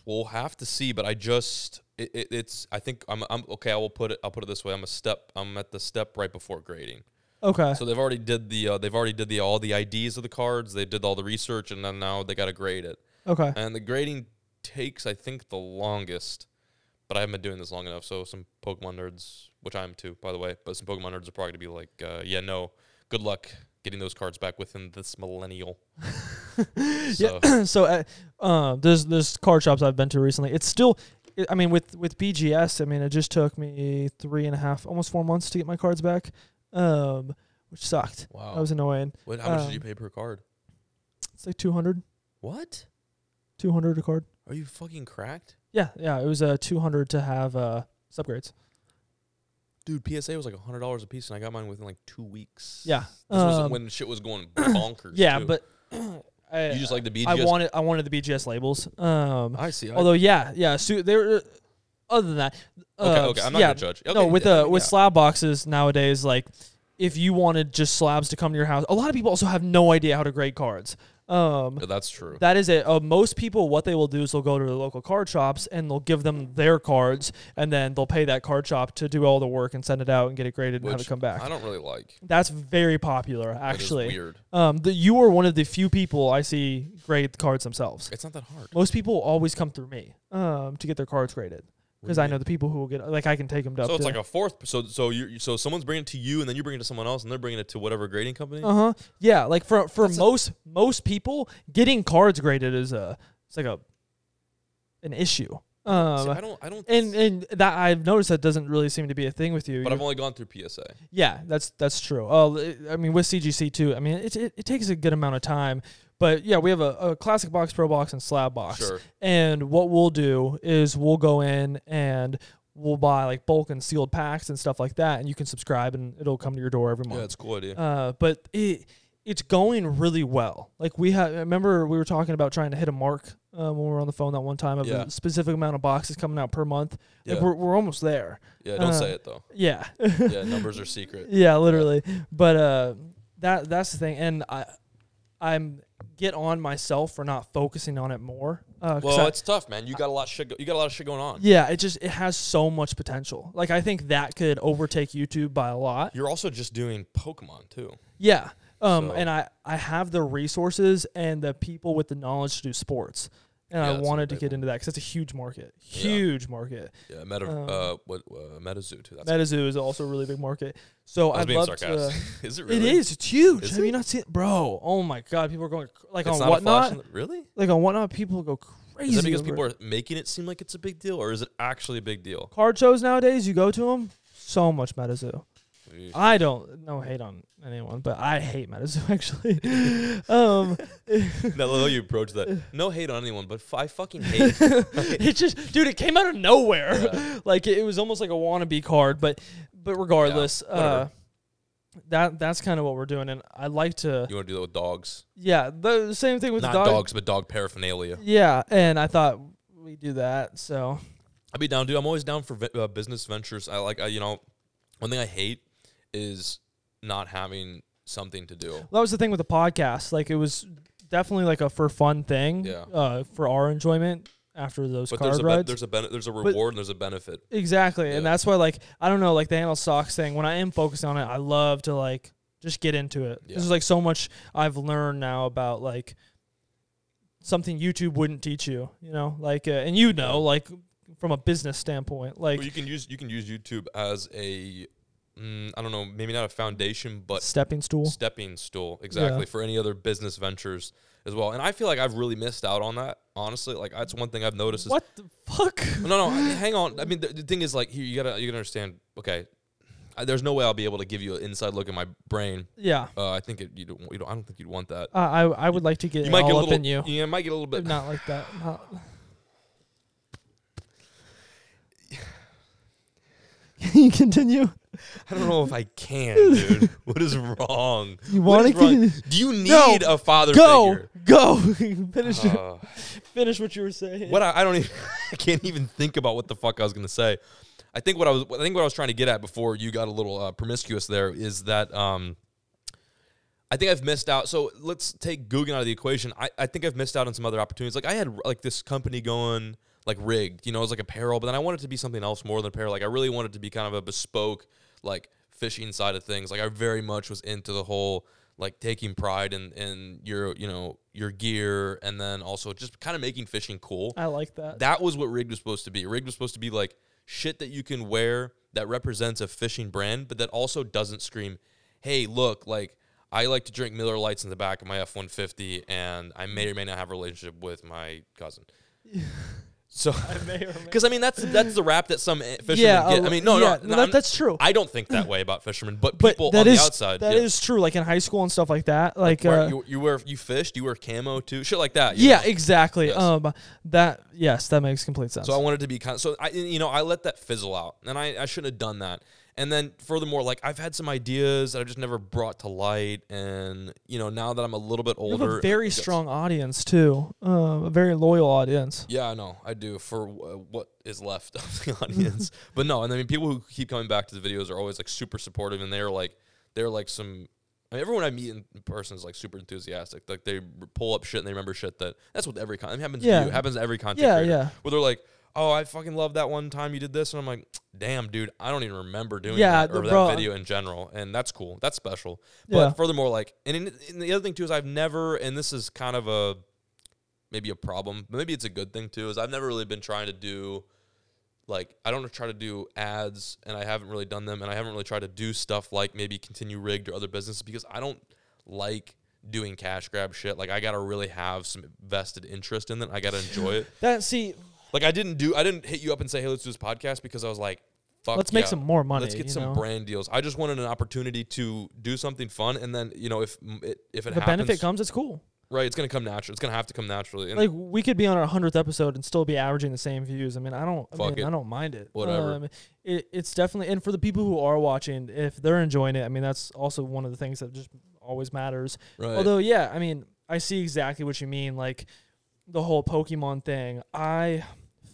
[SPEAKER 1] will have to see, but I just it, it, it's I think I'm I'm okay. I will put it. I'll put it this way. I'm a step. I'm at the step right before grading.
[SPEAKER 2] Okay.
[SPEAKER 1] So they've already did the uh, they've already did the all the IDs of the cards. They did all the research, and then now they got to grade it.
[SPEAKER 2] okay.
[SPEAKER 1] And the grading takes I think the longest. But I haven't been doing this long enough, so some Pokemon nerds, which I am too, by the way, but some Pokemon nerds are probably gonna be like, uh, "Yeah, no, good luck getting those cards back within this millennial." so,
[SPEAKER 2] so uh, uh, there's there's card shops I've been to recently. It's still, I mean, with with BGS, I mean, it just took me three and a half, almost four months to get my cards back, um, which sucked.
[SPEAKER 1] wow.
[SPEAKER 2] That was annoying.
[SPEAKER 1] What, how much did you
[SPEAKER 2] um,
[SPEAKER 1] pay per card?
[SPEAKER 2] It's like 200,
[SPEAKER 1] What?
[SPEAKER 2] 200 a card.
[SPEAKER 1] Are you fucking cracked?
[SPEAKER 2] Yeah, yeah, it was uh, 200 to have uh, subgrades.
[SPEAKER 1] Dude, PSA was like hundred dollars a piece, and I got mine within like two weeks.
[SPEAKER 2] Yeah,
[SPEAKER 1] this was
[SPEAKER 2] um,
[SPEAKER 1] when shit was going bonkers.
[SPEAKER 2] Yeah,
[SPEAKER 1] too.
[SPEAKER 2] but I,
[SPEAKER 1] you just like the BGS.
[SPEAKER 2] I wanted I wanted the BGS labels. Um,
[SPEAKER 1] I see. I-
[SPEAKER 2] although yeah, yeah, so they were. Other than that,
[SPEAKER 1] okay,
[SPEAKER 2] uh,
[SPEAKER 1] okay, I'm not
[SPEAKER 2] yeah,
[SPEAKER 1] gonna judge. Okay,
[SPEAKER 2] no, with
[SPEAKER 1] yeah,
[SPEAKER 2] uh, with
[SPEAKER 1] yeah.
[SPEAKER 2] slab boxes nowadays, like if you wanted just slabs to come to your house, a lot of people also have no idea how to grade cards. Um,
[SPEAKER 1] Yeah, that's true.
[SPEAKER 2] that is it. Uh, most people, what they will do is they'll go to the local card shops and they'll give them their cards, and then they'll pay that card shop to do all the work and send it out and get it graded and have
[SPEAKER 1] Which
[SPEAKER 2] it come back.
[SPEAKER 1] I don't really like.
[SPEAKER 2] That's very popular,
[SPEAKER 1] That is
[SPEAKER 2] actually.
[SPEAKER 1] weird.
[SPEAKER 2] Um, the, you are one of the few people I see grade the cards themselves.
[SPEAKER 1] It's not that hard.
[SPEAKER 2] Most people always come through me um, to get their cards graded
[SPEAKER 1] What do
[SPEAKER 2] because
[SPEAKER 1] you
[SPEAKER 2] I know the people who will get like I can take them to.
[SPEAKER 1] So it's like a fourth. So so you so someone's bringing it to you, and then you bring it to someone else, and they're bringing it to whatever grading company.
[SPEAKER 2] Uh huh. Yeah, like for for
[SPEAKER 1] That's a-
[SPEAKER 2] most most people, getting cards graded is a it's like a an issue.
[SPEAKER 1] See,
[SPEAKER 2] Um,
[SPEAKER 1] I don't. I don't.
[SPEAKER 2] and and that I've noticed that doesn't really seem to be a thing with you.
[SPEAKER 1] but
[SPEAKER 2] You-
[SPEAKER 1] I've only gone through PSA.
[SPEAKER 2] yeah, that's that's true. Oh, l- I mean with CGC too. I mean it, it it takes a good amount of time, but yeah, we have a, a classic box, pro box, and slab box.
[SPEAKER 1] Sure.
[SPEAKER 2] And what we'll do is we'll go in and we'll buy like bulk and sealed packs and stuff like that, and you can subscribe and it'll come to your door every month.
[SPEAKER 1] Yeah, it's a cool idea.
[SPEAKER 2] Uh, but it it's going really well. Like we have, remember we were talking about trying to hit a mark uh, when we were on the phone that one time of
[SPEAKER 1] Yeah.
[SPEAKER 2] a specific amount of boxes coming out per month. Like
[SPEAKER 1] Yeah.
[SPEAKER 2] we're we're almost there.
[SPEAKER 1] yeah, don't
[SPEAKER 2] uh,
[SPEAKER 1] say it though.
[SPEAKER 2] Yeah,
[SPEAKER 1] Yeah, numbers are secret.
[SPEAKER 2] yeah, literally. But uh, that that's the thing, and I I'm get on myself for not focusing on it more. Uh, 'cause
[SPEAKER 1] Well,
[SPEAKER 2] I-
[SPEAKER 1] it's tough, man. You got a lot of shit. Go- you got a lot of shit going on.
[SPEAKER 2] yeah, it just it has so much potential. Like I think that could overtake YouTube by a lot.
[SPEAKER 1] You're also just doing Pokemon too.
[SPEAKER 2] Yeah. Um,
[SPEAKER 1] So-
[SPEAKER 2] and I I have the resources and the people with the knowledge to do sports, and
[SPEAKER 1] Yeah,
[SPEAKER 2] I
[SPEAKER 1] that's a
[SPEAKER 2] wanted to
[SPEAKER 1] big
[SPEAKER 2] get
[SPEAKER 1] one.
[SPEAKER 2] into that because it's a huge market,
[SPEAKER 1] Yeah.
[SPEAKER 2] huge market.
[SPEAKER 1] Yeah, Meta,
[SPEAKER 2] Um,
[SPEAKER 1] uh, what, uh, MetaZoo too. That's
[SPEAKER 2] MetaZoo is also a really big market. So
[SPEAKER 1] I was
[SPEAKER 2] I'd
[SPEAKER 1] being
[SPEAKER 2] love
[SPEAKER 1] sarcastic.
[SPEAKER 2] to. uh,
[SPEAKER 1] is it really?
[SPEAKER 2] It is. It's huge.
[SPEAKER 1] Is
[SPEAKER 2] have
[SPEAKER 1] it?
[SPEAKER 2] you not seen it, bro? Oh my god, people are going cr- like
[SPEAKER 1] It's
[SPEAKER 2] on
[SPEAKER 1] not a flash
[SPEAKER 2] whatnot.
[SPEAKER 1] in the- really?
[SPEAKER 2] like on whatnot, people go crazy.
[SPEAKER 1] Is that because
[SPEAKER 2] over
[SPEAKER 1] people
[SPEAKER 2] it.
[SPEAKER 1] are making it seem like it's a big deal, or is it actually a big deal?
[SPEAKER 2] card shows nowadays? You go to them, so much MetaZoo.
[SPEAKER 1] Eesh.
[SPEAKER 2] I don't no hate on anyone, but I hate MetaZoo actually. um,
[SPEAKER 1] now, the way you approach that, no hate on anyone, but f- I fucking hate. uh,
[SPEAKER 2] it just dude, it came out of nowhere.
[SPEAKER 1] Yeah.
[SPEAKER 2] like it, it was almost like a wannabe card, but but regardless, uh,
[SPEAKER 1] whatever.
[SPEAKER 2] that that's kind of what we're doing, and I like to
[SPEAKER 1] you want to do that with dogs?
[SPEAKER 2] yeah the same thing with
[SPEAKER 1] Not
[SPEAKER 2] the dog.
[SPEAKER 1] dogs, but dog paraphernalia.
[SPEAKER 2] Yeah, and I thought we do that. So
[SPEAKER 1] I'd be down, dude. I'm always down for ve- uh, business ventures. I like, I, you know, one thing I hate is not having something to do.
[SPEAKER 2] that was the thing with the podcast. Like it was definitely like a for fun thing.
[SPEAKER 1] Yeah.
[SPEAKER 2] Uh, for our enjoyment after those
[SPEAKER 1] But
[SPEAKER 2] card
[SPEAKER 1] there's a, ben-
[SPEAKER 2] rides.
[SPEAKER 1] there's a ben- there's a reward and there's a benefit.
[SPEAKER 2] Exactly.
[SPEAKER 1] Yeah.
[SPEAKER 2] And that's why like I don't know, like the handle socks thing, when I am focused on it, I love to like just get into it.
[SPEAKER 1] Yeah.
[SPEAKER 2] This is like so much I've learned now about like something YouTube wouldn't teach you, you know? Like uh, and you know, like from a business standpoint, like
[SPEAKER 1] Well, you can use you can use YouTube as a, mm, I don't know, maybe not a foundation, but
[SPEAKER 2] stepping stool.
[SPEAKER 1] stepping stool exactly for any other business ventures as well. And I feel like I've really missed out on that. Honestly, like that's one thing I've noticed. Is,
[SPEAKER 2] What the fuck?
[SPEAKER 1] No, no, I- hang on. I mean, the, the thing is, like, here you gotta you gotta understand. Okay, I, there's no way I'll be able to give you an inside look at my brain.
[SPEAKER 2] yeah.
[SPEAKER 1] Uh, I think it, you don't. You don't. I don't think you'd want that.
[SPEAKER 2] Uh, I I would like to get
[SPEAKER 1] You
[SPEAKER 2] it
[SPEAKER 1] might
[SPEAKER 2] all
[SPEAKER 1] get a
[SPEAKER 2] up
[SPEAKER 1] little. e-,
[SPEAKER 2] in you.
[SPEAKER 1] Yeah, it might get a little bit.
[SPEAKER 2] Not like that. Not- Can you continue?
[SPEAKER 1] I don't know if I can, dude. what is wrong?
[SPEAKER 2] You
[SPEAKER 1] What
[SPEAKER 2] want
[SPEAKER 1] is
[SPEAKER 2] to
[SPEAKER 1] wrong? Do you
[SPEAKER 2] No.
[SPEAKER 1] need a father
[SPEAKER 2] go
[SPEAKER 1] figure?
[SPEAKER 2] go finish your-
[SPEAKER 1] Uh,
[SPEAKER 2] finish what you were saying
[SPEAKER 1] what I, I don't even I can't even think about what the fuck I was gonna say. I think what I was I think what I was trying to get at before you got a little uh, promiscuous there is that um, I think I've missed out. So let's take Guggen out of the equation. I, I think I've missed out on some other opportunities. Like I had like this company going like rigged, you know, it was like apparel, but then I wanted it to be something else more than apparel. Like I really wanted it to be kind of a bespoke like fishing side of things. Like I very much was into the whole like taking pride in, in your you know your gear and then also just kind of making fishing cool.
[SPEAKER 2] i like that
[SPEAKER 1] That was what rigged was supposed to be. Rigged was supposed to be like shit that you can wear that represents a fishing brand, but that also doesn't scream, "Hey, look, like I like to drink Miller Lights in the back of my F one fifty, and I may or may not have a relationship with my cousin." so, because I mean that's that's the rap that some eh, fishermen
[SPEAKER 2] yeah
[SPEAKER 1] get.
[SPEAKER 2] a-
[SPEAKER 1] I mean, no,
[SPEAKER 2] yeah,
[SPEAKER 1] no, no
[SPEAKER 2] that-
[SPEAKER 1] I'm-
[SPEAKER 2] that's true
[SPEAKER 1] I don't think that way about fishermen, but
[SPEAKER 2] but
[SPEAKER 1] people
[SPEAKER 2] that
[SPEAKER 1] on
[SPEAKER 2] is-
[SPEAKER 1] the outside,
[SPEAKER 2] that
[SPEAKER 1] yeah.
[SPEAKER 2] is true like in high school and stuff like that like,
[SPEAKER 1] Where
[SPEAKER 2] uh,
[SPEAKER 1] you, you wear you fished, you wear camo too, shit like that. you
[SPEAKER 2] yeah
[SPEAKER 1] know?
[SPEAKER 2] exactly
[SPEAKER 1] Yes.
[SPEAKER 2] um that yes that makes complete sense
[SPEAKER 1] So I wanted to be kind of, so I, you know, I let that fizzle out and I, I shouldn't have done that. And then furthermore, like I've had some ideas that I've just never brought to light. And, you know, now that I'm a little bit
[SPEAKER 2] you
[SPEAKER 1] older.
[SPEAKER 2] have a very
[SPEAKER 1] it gets-
[SPEAKER 2] strong audience too um a very loyal audience
[SPEAKER 1] Yeah, I know. I do for uh, what is left of the audience. but no, and I mean, people who keep coming back to the videos are always like super supportive and they're like, they're like some, I mean, everyone I meet in in person is like super enthusiastic. Like they r- pull up shit and they remember shit that that's what every con- it happens
[SPEAKER 2] Yeah.
[SPEAKER 1] to you. It happens to every content
[SPEAKER 2] yeah
[SPEAKER 1] creator.
[SPEAKER 2] yeah
[SPEAKER 1] where they're like, "Oh, I fucking love that one time you did this," and I'm like, "Damn, dude, I don't even remember doing
[SPEAKER 2] Yeah,
[SPEAKER 1] that or
[SPEAKER 2] the-
[SPEAKER 1] that
[SPEAKER 2] bro. uh,
[SPEAKER 1] video in general." And that's cool. That's special. But
[SPEAKER 2] Yeah.
[SPEAKER 1] furthermore, like, and, in, and the other thing too is I've never, and this is kind of a maybe a problem, but maybe it's a good thing too, is I've never really been trying to do like I don't try to do ads and I haven't really done them and I haven't really tried to do stuff like maybe continue rigged or other businesses because I don't like doing cash grab shit. Like I gotta really have some vested interest in it. I gotta enjoy it.
[SPEAKER 2] that see
[SPEAKER 1] Like I didn't do I didn't hit you up and say, Hey, let's do this podcast because I was like, fuck.
[SPEAKER 2] let's make
[SPEAKER 1] yeah.
[SPEAKER 2] some more money
[SPEAKER 1] Let's get
[SPEAKER 2] you
[SPEAKER 1] some
[SPEAKER 2] know?
[SPEAKER 1] brand deals. I just wanted an opportunity to do something fun, and then you know if m- it, if it
[SPEAKER 2] the
[SPEAKER 1] happens,
[SPEAKER 2] benefit comes it's cool
[SPEAKER 1] right, it's gonna come natural. It's gonna have to come naturally. And
[SPEAKER 2] like we could be on our hundredth episode and still be averaging the same views. I mean, I don't, I,
[SPEAKER 1] Fuck
[SPEAKER 2] mean,
[SPEAKER 1] it.
[SPEAKER 2] I don't mind it.
[SPEAKER 1] Whatever.
[SPEAKER 2] Um, it, it's definitely, and for the people who are watching, if they're enjoying it, I mean, that's also one of the things that just always matters.
[SPEAKER 1] right,
[SPEAKER 2] Although, yeah, I mean, I see exactly what you mean. Like the whole Pokemon thing, I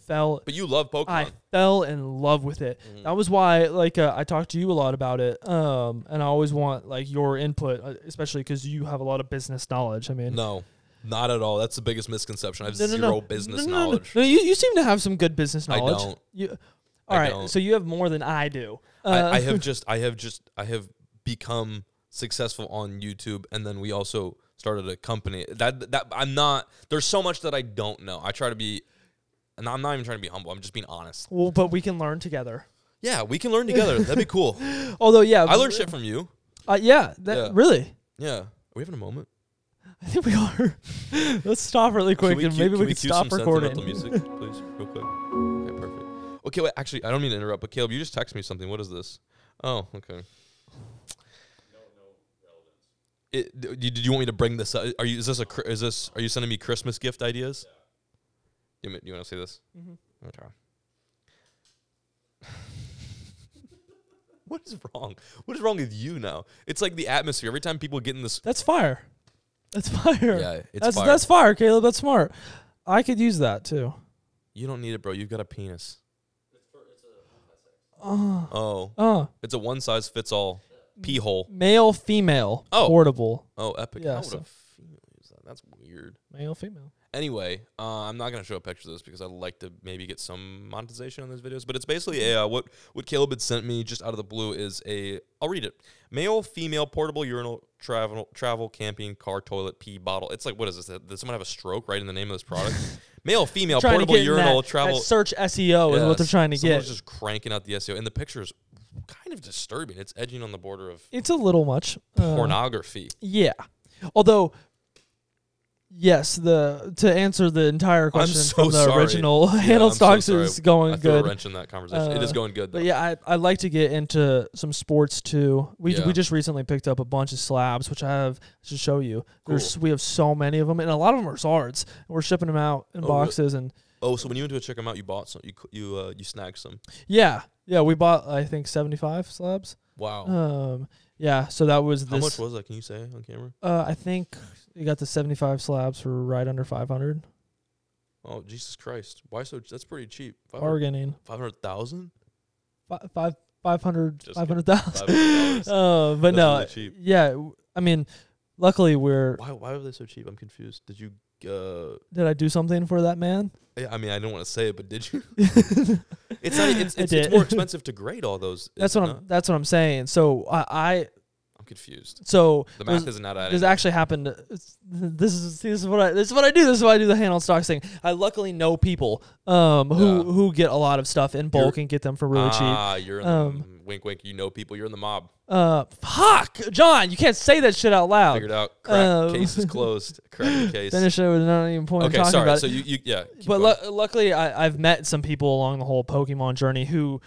[SPEAKER 2] fell,
[SPEAKER 1] but you love Pokemon.
[SPEAKER 2] I fell in love with it.
[SPEAKER 1] Mhm.
[SPEAKER 2] That was why, like, uh, I talked to you a lot about it, um, and I always want like your input, uh, especially because you have a lot of business knowledge. I mean,
[SPEAKER 1] no, not at all. That's the biggest misconception. I have zero business
[SPEAKER 2] No, no, no, no.
[SPEAKER 1] knowledge.
[SPEAKER 2] No, you, you seem to have some good business
[SPEAKER 1] I
[SPEAKER 2] knowledge.
[SPEAKER 1] don't.
[SPEAKER 2] You,
[SPEAKER 1] I
[SPEAKER 2] all right,
[SPEAKER 1] don't.
[SPEAKER 2] so you have more than I do. Uh,
[SPEAKER 1] I, I have just I have just I have become successful on YouTube, and then we also started a company. That that I'm not. There's so much that I don't know. I try to be, and I'm not even trying to be humble. I'm just being honest.
[SPEAKER 2] Well, but we can learn together.
[SPEAKER 1] Yeah, we can learn together. That'd be cool.
[SPEAKER 2] Although, yeah,
[SPEAKER 1] I learned shit from you.
[SPEAKER 2] Uh, yeah, that,
[SPEAKER 1] Yeah.
[SPEAKER 2] really.
[SPEAKER 1] Yeah. Are we having a moment?
[SPEAKER 2] I think we are. Let's stop really quick, and
[SPEAKER 1] cue-
[SPEAKER 2] maybe
[SPEAKER 1] we
[SPEAKER 2] we can
[SPEAKER 1] cue
[SPEAKER 2] stop
[SPEAKER 1] some
[SPEAKER 2] recording.
[SPEAKER 1] sentimental music, please, real quick. Okay, perfect. Okay, wait. Actually, I don't mean to interrupt, but Caleb, you just texted me something. What is this? Oh, okay. It, d- you- did you want me to bring this up? Are you is this a cr- is this are you sending me Christmas gift ideas? You, ma- you want to say this?
[SPEAKER 2] Mm-hmm.
[SPEAKER 1] Okay. what is wrong? What is wrong with you now? It's like the atmosphere. Every time people get in this,
[SPEAKER 2] That's fire. That's fire.
[SPEAKER 1] yeah, it's
[SPEAKER 2] that's
[SPEAKER 1] fire.
[SPEAKER 2] that's fire, Caleb. That's smart. I could use that too.
[SPEAKER 1] You don't need it, bro. You've got a penis.
[SPEAKER 2] Oh,
[SPEAKER 1] Oh,
[SPEAKER 2] oh.
[SPEAKER 1] it's a one size fits all pee hole.
[SPEAKER 2] male, female,
[SPEAKER 1] Oh.
[SPEAKER 2] portable.
[SPEAKER 1] Oh, epic.
[SPEAKER 2] Yeah,
[SPEAKER 1] How would
[SPEAKER 2] so-
[SPEAKER 1] a female use that? That's weird.
[SPEAKER 2] Male, female.
[SPEAKER 1] Anyway, uh, I'm not gonna show a picture of this because I'd like to maybe get some monetization on those videos. But it's basically a uh, what what Caleb had sent me just out of the blue is a I'll read it male female portable urinal travel travel camping car toilet pee bottle. It's like what is this? Did someone have a stroke right in the name of this product? male female
[SPEAKER 2] trying
[SPEAKER 1] portable
[SPEAKER 2] to get in
[SPEAKER 1] urinal
[SPEAKER 2] that,
[SPEAKER 1] travel.
[SPEAKER 2] that search SEO Oh, is
[SPEAKER 1] Yeah,
[SPEAKER 2] what they're trying to
[SPEAKER 1] someone's
[SPEAKER 2] get.
[SPEAKER 1] just cranking out the SEO, and the picture is kind of disturbing. It's edging on the border of
[SPEAKER 2] It's a little much. Uh,
[SPEAKER 1] pornography.
[SPEAKER 2] Yeah. Although, yes, the to answer the entire question
[SPEAKER 1] so
[SPEAKER 2] from the
[SPEAKER 1] sorry.
[SPEAKER 2] original
[SPEAKER 1] Yeah,
[SPEAKER 2] handle
[SPEAKER 1] I'm so
[SPEAKER 2] stocks
[SPEAKER 1] sorry.
[SPEAKER 2] is going
[SPEAKER 1] I threw a
[SPEAKER 2] good.
[SPEAKER 1] wrench in that conversation. it is
[SPEAKER 2] Uh,
[SPEAKER 1] going good though.
[SPEAKER 2] But yeah, I I like to get into some sports too. We
[SPEAKER 1] Yeah.
[SPEAKER 2] we just recently picked up a bunch of slabs, which I have to show you. There's
[SPEAKER 1] Cool.
[SPEAKER 2] we have so many of them, and a lot of them are Zards. We're shipping them out in
[SPEAKER 1] Oh, really?
[SPEAKER 2] boxes, and
[SPEAKER 1] Oh, so when you went to check them out, you bought some. You c- you uh, you snagged some.
[SPEAKER 2] yeah, yeah, we bought I think 75 slabs.
[SPEAKER 1] Wow.
[SPEAKER 2] Um, yeah, so that was
[SPEAKER 1] Oh. How much
[SPEAKER 2] this.
[SPEAKER 1] was that? Can you say on camera?
[SPEAKER 2] uh, I think you got the 75 slabs for right under 500.
[SPEAKER 1] Oh Jesus Christ! Why so? That's pretty cheap.
[SPEAKER 2] Bargaining.
[SPEAKER 1] Five hundred thousand.
[SPEAKER 2] Fi- Five, 500,
[SPEAKER 1] Just kidding.
[SPEAKER 2] 500,000.
[SPEAKER 1] Why
[SPEAKER 2] Uh, but
[SPEAKER 1] That's
[SPEAKER 2] no,
[SPEAKER 1] really cheap.
[SPEAKER 2] yeah, w- I mean, luckily we're.
[SPEAKER 1] why are they so cheap? I'm confused. Did you? Uh,
[SPEAKER 2] Did I do something for that man?
[SPEAKER 1] yeah, I mean, I didn't want to say it, but did you? it's not. It's,
[SPEAKER 2] I
[SPEAKER 1] it's, it's
[SPEAKER 2] did.
[SPEAKER 1] more expensive to grade all those.
[SPEAKER 2] That's
[SPEAKER 1] is it
[SPEAKER 2] what I'm.
[SPEAKER 1] not?
[SPEAKER 2] That's what I'm saying. So I, I
[SPEAKER 1] I'm confused.
[SPEAKER 2] so
[SPEAKER 1] The
[SPEAKER 2] there's-
[SPEAKER 1] math is not adding.
[SPEAKER 2] this actually happened. it's- This is this is what I this is what I do. This is why I do the hand on stocks thing. I luckily know people um who
[SPEAKER 1] Yeah.
[SPEAKER 2] who get a lot of stuff in bulk and get them for really cheap.
[SPEAKER 1] ah, you're in
[SPEAKER 2] Um,
[SPEAKER 1] the, wink, wink. You know people. You're in the mob.
[SPEAKER 2] Uh, fuck, John, you can't say that shit out loud.
[SPEAKER 1] Figured out. Crack,
[SPEAKER 2] um,
[SPEAKER 1] case is closed. Crack the case.
[SPEAKER 2] Finish it with not even point in
[SPEAKER 1] Okay,
[SPEAKER 2] talking
[SPEAKER 1] sorry.
[SPEAKER 2] about
[SPEAKER 1] So
[SPEAKER 2] it.
[SPEAKER 1] you, you yeah. keep
[SPEAKER 2] But
[SPEAKER 1] going.
[SPEAKER 2] lu- luckily, I, I've met some people along the whole Pokemon journey who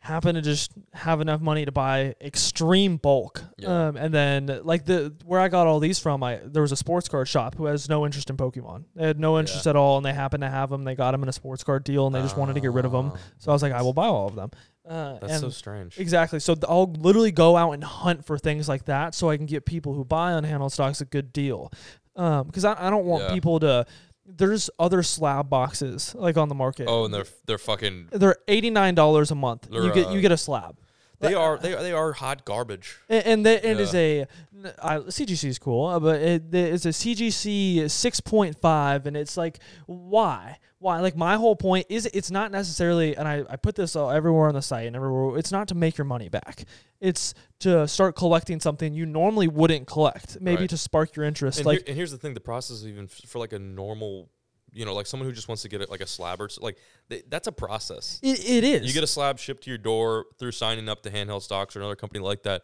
[SPEAKER 2] happen to just have enough money to buy extreme bulk.
[SPEAKER 1] Yeah.
[SPEAKER 2] Um, and then like the where I got all these from, I there was a sports card shop who has no interest in Pokemon. They had no interest
[SPEAKER 1] Yeah.
[SPEAKER 2] at all, and they happened to have them. They got them in a sports card deal, and they just wanted to get rid of them.
[SPEAKER 1] Ah,
[SPEAKER 2] So I was like, I will buy all of them. Uh,
[SPEAKER 1] That's
[SPEAKER 2] and
[SPEAKER 1] so strange.
[SPEAKER 2] Exactly. So th- I'll literally go out and hunt for things like that so I can get people who buy unhandled stocks a good deal. Because I, I don't want
[SPEAKER 1] Yeah.
[SPEAKER 2] people to. There's other slab boxes like on the market.
[SPEAKER 1] Oh, and they're they're fucking.
[SPEAKER 2] They're eighty nine dollars a month.
[SPEAKER 1] They're,
[SPEAKER 2] you get you
[SPEAKER 1] uh,
[SPEAKER 2] get a slab,
[SPEAKER 1] They are they are, they are hot garbage.
[SPEAKER 2] and, and they, it is
[SPEAKER 1] Yeah.
[SPEAKER 2] a n- I- CGC is cool, uh, but it, the- it's a CGC six point five, and it's like why why like my whole point is it's not necessarily, and I I put this all everywhere on the site and everywhere. It's not to make your money back. It's to start collecting something you normally wouldn't collect, maybe
[SPEAKER 1] Right.
[SPEAKER 2] to spark your interest.
[SPEAKER 1] And,
[SPEAKER 2] like
[SPEAKER 1] here, and here's the thing: the process even f- for like a normal, you know, like someone who just wants to get it like a slab or s- like they, that's a process.
[SPEAKER 2] it, it is.
[SPEAKER 1] You get a slab shipped to your door through signing up to Handheld Stocks or another company like that.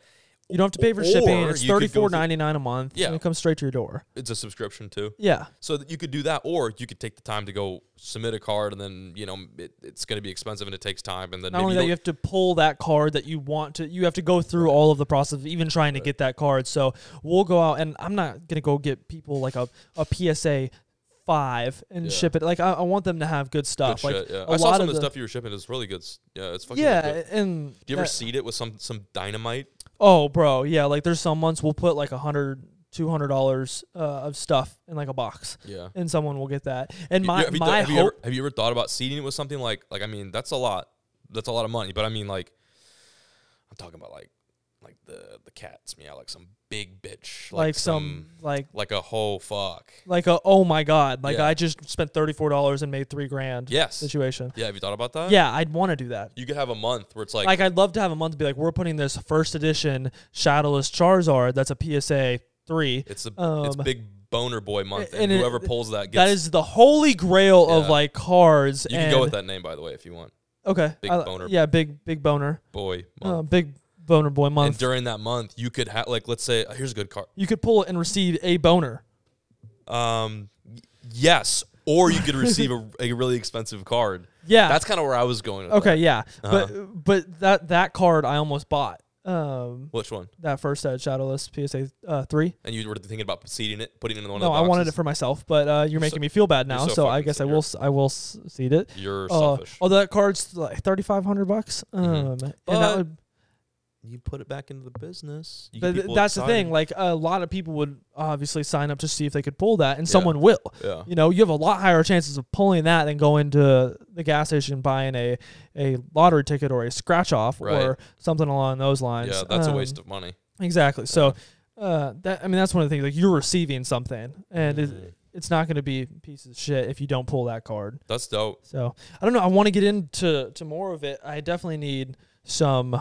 [SPEAKER 2] You don't have to pay for
[SPEAKER 1] or
[SPEAKER 2] shipping. It's
[SPEAKER 1] you could
[SPEAKER 2] thirty
[SPEAKER 1] go
[SPEAKER 2] four
[SPEAKER 1] through-
[SPEAKER 2] ninety nine a month.
[SPEAKER 1] Yeah.
[SPEAKER 2] and it comes straight to your door.
[SPEAKER 1] It's a subscription too.
[SPEAKER 2] Yeah.
[SPEAKER 1] So that you could do that, or you could take the time to go submit a card, and then you know it, it's going to be expensive and it takes time, and then
[SPEAKER 2] Not
[SPEAKER 1] maybe
[SPEAKER 2] only
[SPEAKER 1] you
[SPEAKER 2] that,
[SPEAKER 1] don't-
[SPEAKER 2] you have to pull that card that you want to. You have to go through all of the process of even trying to get that card. So we'll go out, and I'm not gonna go get people like a, a PSA five and
[SPEAKER 1] Yeah.
[SPEAKER 2] ship it. Like I, I want them to have good
[SPEAKER 1] good
[SPEAKER 2] stuff. like
[SPEAKER 1] shit, yeah.
[SPEAKER 2] a
[SPEAKER 1] I saw
[SPEAKER 2] lot
[SPEAKER 1] some
[SPEAKER 2] of
[SPEAKER 1] of the,
[SPEAKER 2] the-
[SPEAKER 1] stuff you were shipping. It's really good. s- Yeah, it's fucking
[SPEAKER 2] yeah,
[SPEAKER 1] Good.
[SPEAKER 2] and
[SPEAKER 1] Do you ever
[SPEAKER 2] that-
[SPEAKER 1] seed it with some some dynamite?
[SPEAKER 2] Oh, bro, yeah. Like there's some months we'll put like a hundred, two hundred dollars uh, of stuff in like a box,
[SPEAKER 1] Yeah.
[SPEAKER 2] and someone will get that. And
[SPEAKER 1] You-
[SPEAKER 2] my
[SPEAKER 1] have you, thought-
[SPEAKER 2] my
[SPEAKER 1] have you
[SPEAKER 2] hope.
[SPEAKER 1] ever, have you ever thought about seeding it with something like like I mean that's a lot that's a lot of money, but I mean like I'm talking about like like the the cats meow like some big bitch,
[SPEAKER 2] like, some, like
[SPEAKER 1] like a whole fuck.
[SPEAKER 2] like a oh my god, like
[SPEAKER 1] Yeah.
[SPEAKER 2] I just spent thirty four dollars and made three grand.
[SPEAKER 1] Yes.
[SPEAKER 2] Situation.
[SPEAKER 1] Yeah, have you thought about that?
[SPEAKER 2] Yeah, I'd want to do that.
[SPEAKER 1] you could have a month where it's like,
[SPEAKER 2] Like I'd love to have a month to be like we're putting this first edition Shadowless Charizard that's a PSA three.
[SPEAKER 1] it's a it's
[SPEAKER 2] um,
[SPEAKER 1] big boner boy month, and,
[SPEAKER 2] and it-
[SPEAKER 1] whoever pulls that gets.
[SPEAKER 2] that is the holy grail of
[SPEAKER 1] Yeah.
[SPEAKER 2] like cards.
[SPEAKER 1] you
[SPEAKER 2] and,
[SPEAKER 1] can go with that name by the way if you want.
[SPEAKER 2] Okay.
[SPEAKER 1] Big
[SPEAKER 2] I-
[SPEAKER 1] boner.
[SPEAKER 2] Yeah, big big boner.
[SPEAKER 1] Boy month.
[SPEAKER 2] Uh, big boner boy
[SPEAKER 1] and
[SPEAKER 2] month.
[SPEAKER 1] during that month, you could have like let's say uh, here's a good card.
[SPEAKER 2] you could pull it and receive a boner.
[SPEAKER 1] Um, y- yes, or you could receive a, a really expensive card.
[SPEAKER 2] Yeah.
[SPEAKER 1] That's kind of where I was going. With
[SPEAKER 2] okay.
[SPEAKER 1] that.
[SPEAKER 2] Yeah.
[SPEAKER 1] Uh-huh.
[SPEAKER 2] But but that that card I almost bought. Um,
[SPEAKER 1] Which one?
[SPEAKER 2] that first uh, Shadowless PSA uh, three.
[SPEAKER 1] And you were thinking about seeding it, putting it in one
[SPEAKER 2] No,
[SPEAKER 1] of the
[SPEAKER 2] I
[SPEAKER 1] boxes.
[SPEAKER 2] wanted it for myself, but uh, you're making
[SPEAKER 1] so-
[SPEAKER 2] me feel bad now.
[SPEAKER 1] you're
[SPEAKER 2] So,
[SPEAKER 1] so
[SPEAKER 2] I
[SPEAKER 1] fucking
[SPEAKER 2] guess I
[SPEAKER 1] insecure.
[SPEAKER 2] will s- I will s- seed it.
[SPEAKER 1] You're
[SPEAKER 2] Uh,
[SPEAKER 1] selfish.
[SPEAKER 2] although that card's like thirty five hundred bucks. Um,
[SPEAKER 1] Mhm.
[SPEAKER 2] and that
[SPEAKER 1] But-
[SPEAKER 2] would,
[SPEAKER 1] you put it back into the business. You
[SPEAKER 2] but
[SPEAKER 1] get
[SPEAKER 2] th-
[SPEAKER 1] people
[SPEAKER 2] that's the thing.
[SPEAKER 1] excited.
[SPEAKER 2] Like a lot of people would obviously sign up to see if they could pull that, and
[SPEAKER 1] Yeah.
[SPEAKER 2] someone will.
[SPEAKER 1] yeah.
[SPEAKER 2] You know, you have a lot higher chances of pulling that than going to the gas station and buying a, a lottery ticket or a scratch off
[SPEAKER 1] Right.
[SPEAKER 2] or something along those lines.
[SPEAKER 1] Yeah, that's a
[SPEAKER 2] Um,
[SPEAKER 1] waste of money.
[SPEAKER 2] Exactly. So, uh, that I mean, that's one of the things. Like, you're receiving something, and
[SPEAKER 1] Mhm.
[SPEAKER 2] it, it's not going to be a piece of shit if you don't pull that card.
[SPEAKER 1] That's dope.
[SPEAKER 2] So, I don't know. I want to get into to more of it. I definitely need some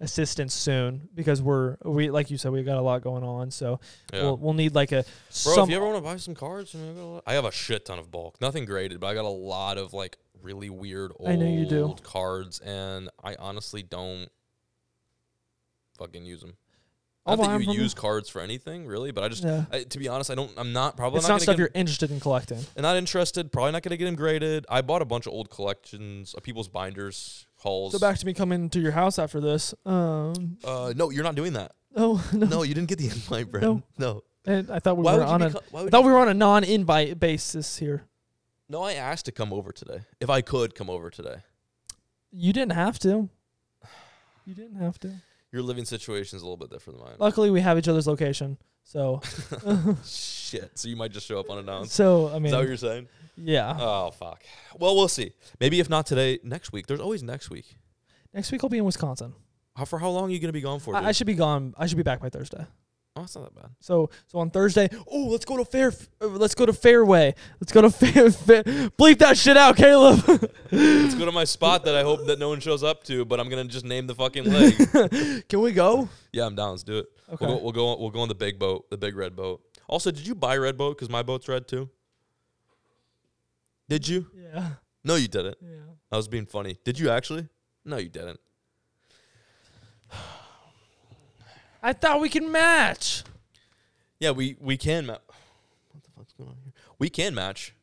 [SPEAKER 2] assistance soon because we're we like you said we got a lot going on. So
[SPEAKER 1] Yeah.
[SPEAKER 2] we'll we'll need like a
[SPEAKER 1] Bro,
[SPEAKER 2] some
[SPEAKER 1] if you ever want to buy some cards, I, mean, I, got a lot- I have a shit ton of bulk. Nothing graded, but I got a lot of like really weird old
[SPEAKER 2] I know you do.
[SPEAKER 1] cards, and I honestly don't fucking use them. I
[SPEAKER 2] I'll
[SPEAKER 1] don't
[SPEAKER 2] buy 'em
[SPEAKER 1] think you
[SPEAKER 2] from
[SPEAKER 1] use cards for anything, really. But I just,
[SPEAKER 2] Yeah.
[SPEAKER 1] I, to be honest, I don't. I'm not probably
[SPEAKER 2] it's
[SPEAKER 1] not,
[SPEAKER 2] not
[SPEAKER 1] gonna
[SPEAKER 2] stuff
[SPEAKER 1] get
[SPEAKER 2] you're interested in collecting.
[SPEAKER 1] and not interested. Probably not gonna get them graded. I bought a bunch of old collections of people's binders, hauls.
[SPEAKER 2] So back to me coming to your house after this. Um,
[SPEAKER 1] uh, no, you're not doing that.
[SPEAKER 2] oh no,
[SPEAKER 1] No, you didn't get the invite, Brent.
[SPEAKER 2] No.
[SPEAKER 1] no.
[SPEAKER 2] and I thought we
[SPEAKER 1] Why
[SPEAKER 2] were
[SPEAKER 1] would you
[SPEAKER 2] on a
[SPEAKER 1] beco- why
[SPEAKER 2] I
[SPEAKER 1] would
[SPEAKER 2] thought we were on a non-invite basis here.
[SPEAKER 1] No, I asked to come over today. If I could come over today.
[SPEAKER 2] You didn't have to. You didn't have to.
[SPEAKER 1] Your living situation's a little bit different than mine.
[SPEAKER 2] Luckily, we have each other's location. So,
[SPEAKER 1] Shit. So you might just show up unannounced.
[SPEAKER 2] so I
[SPEAKER 1] Is that what
[SPEAKER 2] mean, uh,
[SPEAKER 1] you're saying?
[SPEAKER 2] yeah.
[SPEAKER 1] Oh fuck. Well, we'll see. Maybe if not today, next week. There's always next week.
[SPEAKER 2] Next week I'll be in Wisconsin.
[SPEAKER 1] How for how long are you gonna be gone for?
[SPEAKER 2] I, I
[SPEAKER 1] dude?
[SPEAKER 2] should be gone. I should be back by Thursday.
[SPEAKER 1] oh, it's not that bad.
[SPEAKER 2] So, so on Thursday, oh, let's go to Fair. uh, Let's go to Fairway. Let's go to Fair. fair bleep that shit out, Caleb.
[SPEAKER 1] Let's go to my spot that I hope that no one shows up to, but I'm gonna just name the fucking leg.
[SPEAKER 2] Can we go?
[SPEAKER 1] yeah, I'm down. Let's do it.
[SPEAKER 2] Okay.
[SPEAKER 1] We'll go, we'll go. We'll go on the big boat, the big red boat. Also, did you buy red boat? Because my boat's red too. Did you?
[SPEAKER 2] Yeah.
[SPEAKER 1] No, you didn't.
[SPEAKER 2] Yeah.
[SPEAKER 1] I was being funny. Did you actually? No, you didn't.
[SPEAKER 2] I thought we can match.
[SPEAKER 1] Yeah, we we can match. What the fuck's going on here? We can match,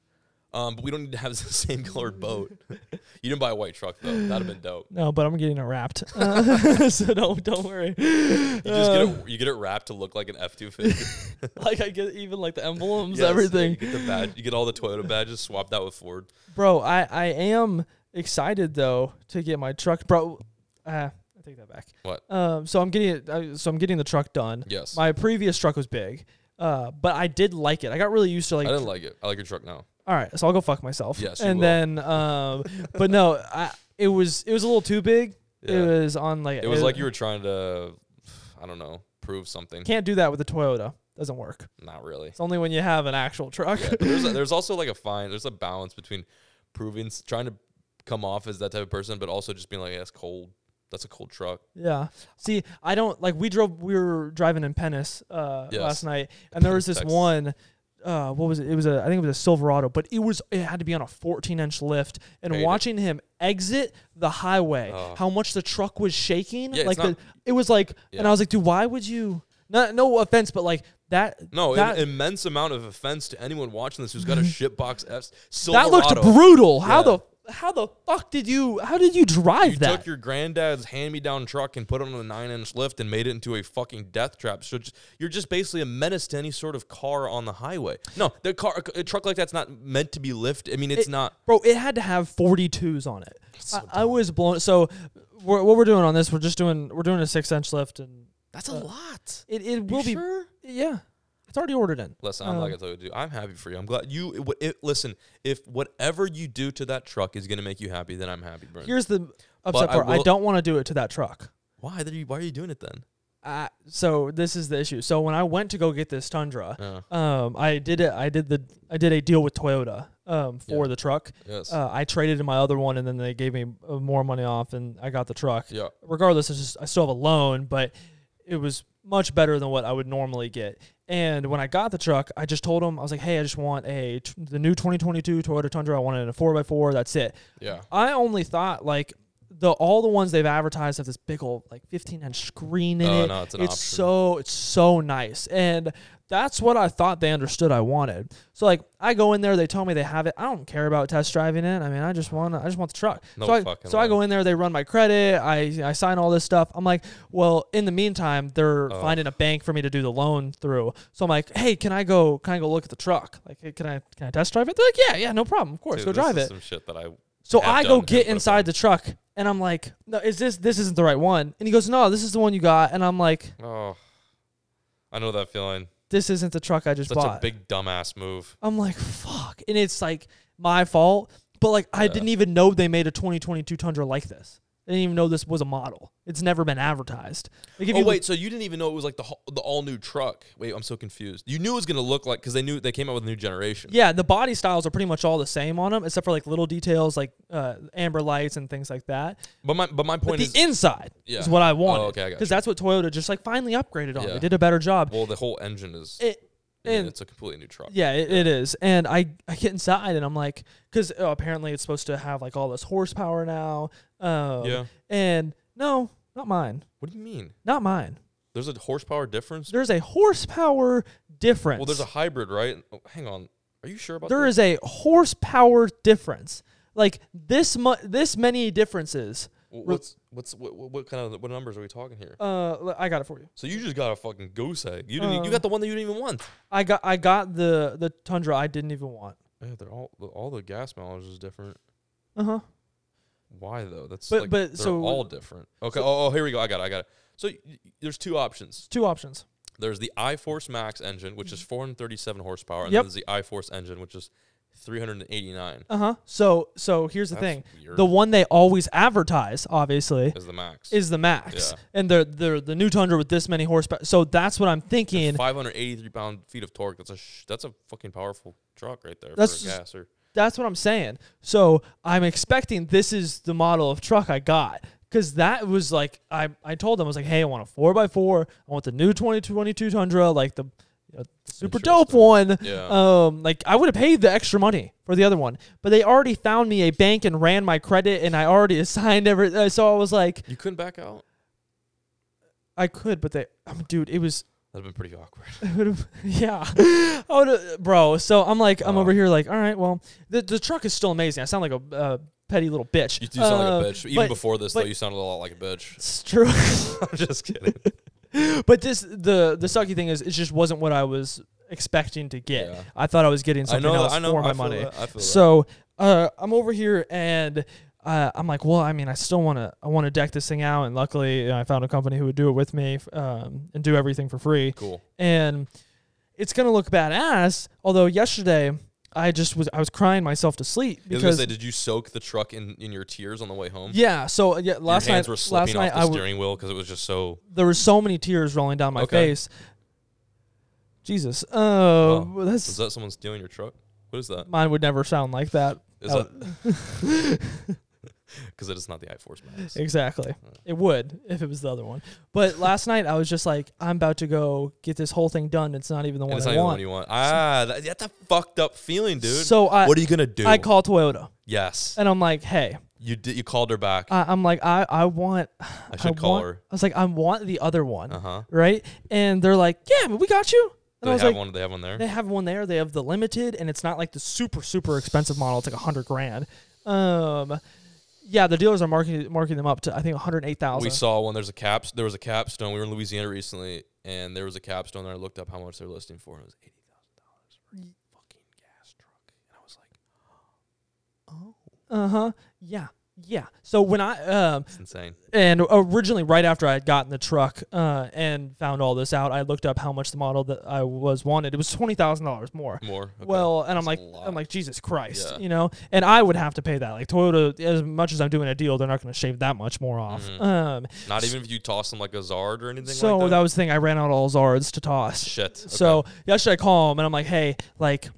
[SPEAKER 1] um, but we don't need to have the same colored boat. you didn't buy a white truck though. That'd have been dope.
[SPEAKER 2] No, but I'm getting it wrapped. Uh, so don't don't worry.
[SPEAKER 1] You
[SPEAKER 2] Uh,
[SPEAKER 1] just get it. You get it wrapped to look like an F two fifty.
[SPEAKER 2] Like I get even like the emblems,
[SPEAKER 1] You
[SPEAKER 2] everything.
[SPEAKER 1] get the badge. You get all the Toyota badges swapped out with Ford.
[SPEAKER 2] Bro, I, I am excited though to get my truck. Bro, uh, I take that back.
[SPEAKER 1] What?
[SPEAKER 2] Um, so I'm getting it. Uh, so I'm getting the truck done.
[SPEAKER 1] Yes.
[SPEAKER 2] My previous truck was big, uh, but I did like it. I got really used to like.
[SPEAKER 1] I didn't like it. I like your truck now.
[SPEAKER 2] all right, so I'll go fuck myself.
[SPEAKER 1] Yes, you
[SPEAKER 2] And
[SPEAKER 1] will.
[SPEAKER 2] then, um, but no, I it was it was a little too big.
[SPEAKER 1] Yeah.
[SPEAKER 2] It was on like
[SPEAKER 1] It was like you were trying to, I don't know, prove something.
[SPEAKER 2] can't do that with a Toyota. Doesn't work.
[SPEAKER 1] Not really.
[SPEAKER 2] It's only when you have an actual truck.
[SPEAKER 1] Yeah, but there's, there's also like a fine. There's a balance between proving, s- trying to come off as that type of person, but also just being like, that's cold. That's a cold truck.
[SPEAKER 2] Yeah. See, I don't like we drove we were driving in Pennis uh
[SPEAKER 1] Yes.
[SPEAKER 2] last night and there was this
[SPEAKER 1] Texas.
[SPEAKER 2] one uh what was it? It was a I think it was a Silverado, but it was it had to be on a 14-inch lift and
[SPEAKER 1] Hate it.
[SPEAKER 2] watching him exit the highway,
[SPEAKER 1] Oh.
[SPEAKER 2] how much the truck was shaking,
[SPEAKER 1] Yeah, it's
[SPEAKER 2] like
[SPEAKER 1] not-
[SPEAKER 2] the, it was like and
[SPEAKER 1] Yeah.
[SPEAKER 2] I was like, "Dude, why would you not, no offense, but like that
[SPEAKER 1] No,
[SPEAKER 2] that, Mm-hmm.
[SPEAKER 1] an immense amount of offense to anyone watching this who's got a shitbox F.
[SPEAKER 2] that looked
[SPEAKER 1] Silverado.
[SPEAKER 2] brutal. How
[SPEAKER 1] Yeah.
[SPEAKER 2] the how the fuck did you how did you drive
[SPEAKER 1] You
[SPEAKER 2] that?
[SPEAKER 1] took your granddad's hand-me-down truck and put it on a nine-inch lift and made it into a fucking death trap. So just, you're just basically a menace to any sort of car on the highway. No, the car, a truck like that's not meant to be lifted. I mean, it's
[SPEAKER 2] It-
[SPEAKER 1] not.
[SPEAKER 2] bro it had to have 42s on it I, I was blown so we're, what we're doing on this we're just doing we're doing a six inch lift and
[SPEAKER 1] That's a lot.
[SPEAKER 2] it, it will be
[SPEAKER 1] sure?
[SPEAKER 2] yeah it's already ordered in
[SPEAKER 1] Listen, I'm like I told you, to do. I'm happy for you. I'm glad you. It, it, listen, if whatever you do to that truck is gonna make you happy, then I'm happy, Brent.
[SPEAKER 2] here's the upset
[SPEAKER 1] I
[SPEAKER 2] part I,
[SPEAKER 1] will-
[SPEAKER 2] don't want to do it to that truck
[SPEAKER 1] Why? Are you, why are you doing it then?
[SPEAKER 2] Uh, so this is the issue. So when I went to go get this Tundra,
[SPEAKER 1] Uh,
[SPEAKER 2] um, I did it. I did the. I did a deal with Toyota, um, for
[SPEAKER 1] Yeah.
[SPEAKER 2] the truck.
[SPEAKER 1] yes.
[SPEAKER 2] Uh, I traded in my other one, and then they gave me uh, more money off, and I got the truck.
[SPEAKER 1] yeah.
[SPEAKER 2] Regardless, I just I still have a loan, but it was much better than what I would normally get. And when I got the truck, I just told them I was like, "Hey, I just want a t- the new 2022 Toyota Tundra. I want it in a four x four. That's it."
[SPEAKER 1] Yeah.
[SPEAKER 2] I only thought like the all the ones they've advertised have this big old like 15 inch screen in
[SPEAKER 1] Oh,
[SPEAKER 2] it.
[SPEAKER 1] no, it's an
[SPEAKER 2] it's
[SPEAKER 1] option.
[SPEAKER 2] so it's so nice, and that's what I thought they understood I wanted. So like I go in there, they tell me they have it. I don't care about test driving it. I mean, I just want I just want the truck.
[SPEAKER 1] No
[SPEAKER 2] so I,
[SPEAKER 1] fucking
[SPEAKER 2] so I
[SPEAKER 1] way.
[SPEAKER 2] go in there, they run my credit, I I sign all this stuff. I'm like, well, in the meantime, they're
[SPEAKER 1] Oh.
[SPEAKER 2] finding a bank for me to do the loan through. So I'm like, hey, can I go? Can I go look at the truck? Like, hey, can I can I test drive it? They're like, yeah, yeah, no problem. Of course,
[SPEAKER 1] Dude,
[SPEAKER 2] go
[SPEAKER 1] this
[SPEAKER 2] drive
[SPEAKER 1] is
[SPEAKER 2] it.
[SPEAKER 1] Some shit that I.
[SPEAKER 2] So
[SPEAKER 1] have
[SPEAKER 2] I go
[SPEAKER 1] done,
[SPEAKER 2] get
[SPEAKER 1] have put
[SPEAKER 2] inside the truck and I'm like, no, is this this isn't the right one? And he goes, no, this is the one you got. And I'm like,
[SPEAKER 1] Oh, I know that feeling.
[SPEAKER 2] this isn't the truck I just
[SPEAKER 1] Such
[SPEAKER 2] bought.
[SPEAKER 1] a big dumbass move.
[SPEAKER 2] I'm like, fuck. And it's like my fault, but like I
[SPEAKER 1] Yeah.
[SPEAKER 2] didn't even know they made a 2022 Tundra like this. I didn't even know this was a model. It's never been advertised. Like if
[SPEAKER 1] oh
[SPEAKER 2] you
[SPEAKER 1] wait, so you didn't even know it was like the ho- the all new truck? Wait, I'm so confused. You knew it was gonna look like because they knew they came out with a new generation.
[SPEAKER 2] Yeah, the body styles are pretty much all the same on them, except for like little details like uh, amber lights and things like that.
[SPEAKER 1] But my but my
[SPEAKER 2] But
[SPEAKER 1] point
[SPEAKER 2] the
[SPEAKER 1] is,
[SPEAKER 2] inside
[SPEAKER 1] Yeah. Oh,
[SPEAKER 2] is what I wanted.
[SPEAKER 1] okay, I got you.
[SPEAKER 2] that's what Toyota just like finally upgraded on.
[SPEAKER 1] Yeah.
[SPEAKER 2] They did a better job.
[SPEAKER 1] well, the whole engine is.
[SPEAKER 2] it,
[SPEAKER 1] I mean,
[SPEAKER 2] and
[SPEAKER 1] it's a completely new truck.
[SPEAKER 2] Yeah, it, it is. And I, I get inside and I'm like, because uh apparently it's supposed to have like all this horsepower now. Um,
[SPEAKER 1] Yeah.
[SPEAKER 2] And no, not mine.
[SPEAKER 1] What do you mean?
[SPEAKER 2] Not mine.
[SPEAKER 1] There's a horsepower difference.
[SPEAKER 2] There's a horsepower difference.
[SPEAKER 1] well, there's a hybrid, right? Oh, hang on. Are you sure about
[SPEAKER 2] there
[SPEAKER 1] this?
[SPEAKER 2] is a horsepower difference. Like this mu- this many differences.
[SPEAKER 1] Wh- What's what's what, what what kind of what numbers are we talking here?
[SPEAKER 2] Uh, l- I got it for you.
[SPEAKER 1] So you just got a fucking goose egg. You didn't. e,
[SPEAKER 2] Uh,
[SPEAKER 1] you got the one that you didn't even want.
[SPEAKER 2] I got I got the the Tundra I didn't even want.
[SPEAKER 1] Yeah, they're all all the gas mileage is different.
[SPEAKER 2] Uh
[SPEAKER 1] Uh-huh.
[SPEAKER 2] huh.
[SPEAKER 1] Why though? That's
[SPEAKER 2] But-
[SPEAKER 1] like,
[SPEAKER 2] but,
[SPEAKER 1] they're
[SPEAKER 2] so-
[SPEAKER 1] all different. Okay. oh, oh, here we go. I got it. I got it. So y- y- there's two options.
[SPEAKER 2] Two options.
[SPEAKER 1] There's the iForce Max engine, which is 437 horsepower, and
[SPEAKER 2] Mm-hmm.
[SPEAKER 1] then
[SPEAKER 2] Yep.
[SPEAKER 1] there's the iForce engine, which is 389.
[SPEAKER 2] Uh huh. So so here's the
[SPEAKER 1] Uh-huh. That's
[SPEAKER 2] thing.
[SPEAKER 1] weird.
[SPEAKER 2] The one they always advertise, obviously,
[SPEAKER 1] Is the max
[SPEAKER 2] is the max,
[SPEAKER 1] Yeah.
[SPEAKER 2] and the the the new Tundra with this many horsepower. So that's what I'm thinking.
[SPEAKER 1] 583 pound feet of torque? That's a sh- that's a fucking powerful truck right there
[SPEAKER 2] That's
[SPEAKER 1] for a
[SPEAKER 2] just-
[SPEAKER 1] gasser.
[SPEAKER 2] That's what I'm saying. So I'm expecting this is the model of truck I got because that was like I I told them I was like, hey, I want a four x four. I want the new 2022 Tundra, like the you know, the super dope
[SPEAKER 1] Interesting.
[SPEAKER 2] one.
[SPEAKER 1] Yeah.
[SPEAKER 2] Um, like I would have paid the extra money for the other one, but they already found me a bank and ran my credit, and I already assigned every. Uh, so I was like,
[SPEAKER 1] You couldn't back out.
[SPEAKER 2] I could, but they, I mean, dude, it was
[SPEAKER 1] That'd have been pretty awkward.
[SPEAKER 2] I would've- yeah. I would've- bro. So I'm like, I'm
[SPEAKER 1] Oh.
[SPEAKER 2] over here, like, all right, well, the, the truck is still amazing. I sound like a uh, petty little bitch.
[SPEAKER 1] You do sound like
[SPEAKER 2] Uh,
[SPEAKER 1] a bitch. Even
[SPEAKER 2] but
[SPEAKER 1] before this,
[SPEAKER 2] but-
[SPEAKER 1] though, you sounded a lot like a bitch.
[SPEAKER 2] It's true.
[SPEAKER 1] I'm just kidding.
[SPEAKER 2] but this, the the sucky thing is, it just wasn't what I was expecting to get.
[SPEAKER 1] Yeah.
[SPEAKER 2] I thought I was getting
[SPEAKER 1] I
[SPEAKER 2] something
[SPEAKER 1] know.
[SPEAKER 2] else
[SPEAKER 1] I know.
[SPEAKER 2] for
[SPEAKER 1] I
[SPEAKER 2] my
[SPEAKER 1] feel
[SPEAKER 2] money.
[SPEAKER 1] that, I feel that.
[SPEAKER 2] So uh, I'm over here and uh, I'm like, well, I mean, I still want to, I want to deck this thing out, and luckily, you know, I found a company who would do it with me f- um, and do everything for free.
[SPEAKER 1] cool.
[SPEAKER 2] and it's gonna look badass. Although yesterday I just was I was crying myself to sleep
[SPEAKER 1] I was gonna
[SPEAKER 2] because
[SPEAKER 1] say, did you soak the truck in, in your tears on the way home?
[SPEAKER 2] yeah. So yeah, last
[SPEAKER 1] your hands
[SPEAKER 2] night
[SPEAKER 1] were
[SPEAKER 2] last
[SPEAKER 1] slipping
[SPEAKER 2] night
[SPEAKER 1] off the
[SPEAKER 2] I w-
[SPEAKER 1] steering wheel because it was just so.
[SPEAKER 2] there were so many tears rolling down my
[SPEAKER 1] Okay.
[SPEAKER 2] face. Jesus, oh,
[SPEAKER 1] Wow. Is
[SPEAKER 2] that's
[SPEAKER 1] that someone stealing your truck? What is that?
[SPEAKER 2] mine would never sound like that.
[SPEAKER 1] Is
[SPEAKER 2] Oh.
[SPEAKER 1] that because it is not the iForce Max?
[SPEAKER 2] Exactly. It would if it was the other one. But last night I was just like, I'm about to go get this whole thing done. It's not even the
[SPEAKER 1] And
[SPEAKER 2] one
[SPEAKER 1] it's not
[SPEAKER 2] I
[SPEAKER 1] even the
[SPEAKER 2] want.
[SPEAKER 1] one you want. Ah, that, that's a fucked up feeling, dude.
[SPEAKER 2] So I
[SPEAKER 1] what are you gonna do?
[SPEAKER 2] I call Toyota
[SPEAKER 1] yes,
[SPEAKER 2] and I'm like, hey,
[SPEAKER 1] you did. You called her back.
[SPEAKER 2] I, I'm like, I, I want. I
[SPEAKER 1] should call
[SPEAKER 2] want-
[SPEAKER 1] her.
[SPEAKER 2] I was like, I want the other one,
[SPEAKER 1] Uh huh.
[SPEAKER 2] right? And they're like, Yeah, but we got you. And
[SPEAKER 1] Do
[SPEAKER 2] I
[SPEAKER 1] they
[SPEAKER 2] was
[SPEAKER 1] have
[SPEAKER 2] like,
[SPEAKER 1] one? Do they have one there?
[SPEAKER 2] They have one there. They have the limited, and it's not like the super super expensive model. It's like a hundred grand. Um, yeah, the dealers are marking marking them up to I think one hundred eight
[SPEAKER 1] We
[SPEAKER 2] thousand.
[SPEAKER 1] saw one. There's a cap. There was a capstone. We were in Louisiana recently, and there was a capstone. there. I looked up how much they're listing for, and it was eighty thousand dollars for a fucking gas truck. And I was like,
[SPEAKER 2] Uh huh. Yeah. Yeah. So when I um
[SPEAKER 1] It's insane.
[SPEAKER 2] and originally right after I had gotten the truck uh and found all this out, I looked up how much the model that I was wanted. It was twenty thousand dollars more.
[SPEAKER 1] More. okay.
[SPEAKER 2] Well, and
[SPEAKER 1] That's
[SPEAKER 2] I'm like,
[SPEAKER 1] a
[SPEAKER 2] I'm
[SPEAKER 1] lot.
[SPEAKER 2] like, Jesus Christ,
[SPEAKER 1] Yeah.
[SPEAKER 2] you know. And I would have to pay that. Like Toyota, as much as I'm doing a deal, they're not going to shave that much more off. Um,
[SPEAKER 1] not even if you toss them like a Zard or anything like
[SPEAKER 2] so that?
[SPEAKER 1] Mm-hmm. that.
[SPEAKER 2] was the thing. I ran out all Zards to toss.
[SPEAKER 1] Shit. okay.
[SPEAKER 2] So yesterday I call him and I'm like, hey, like,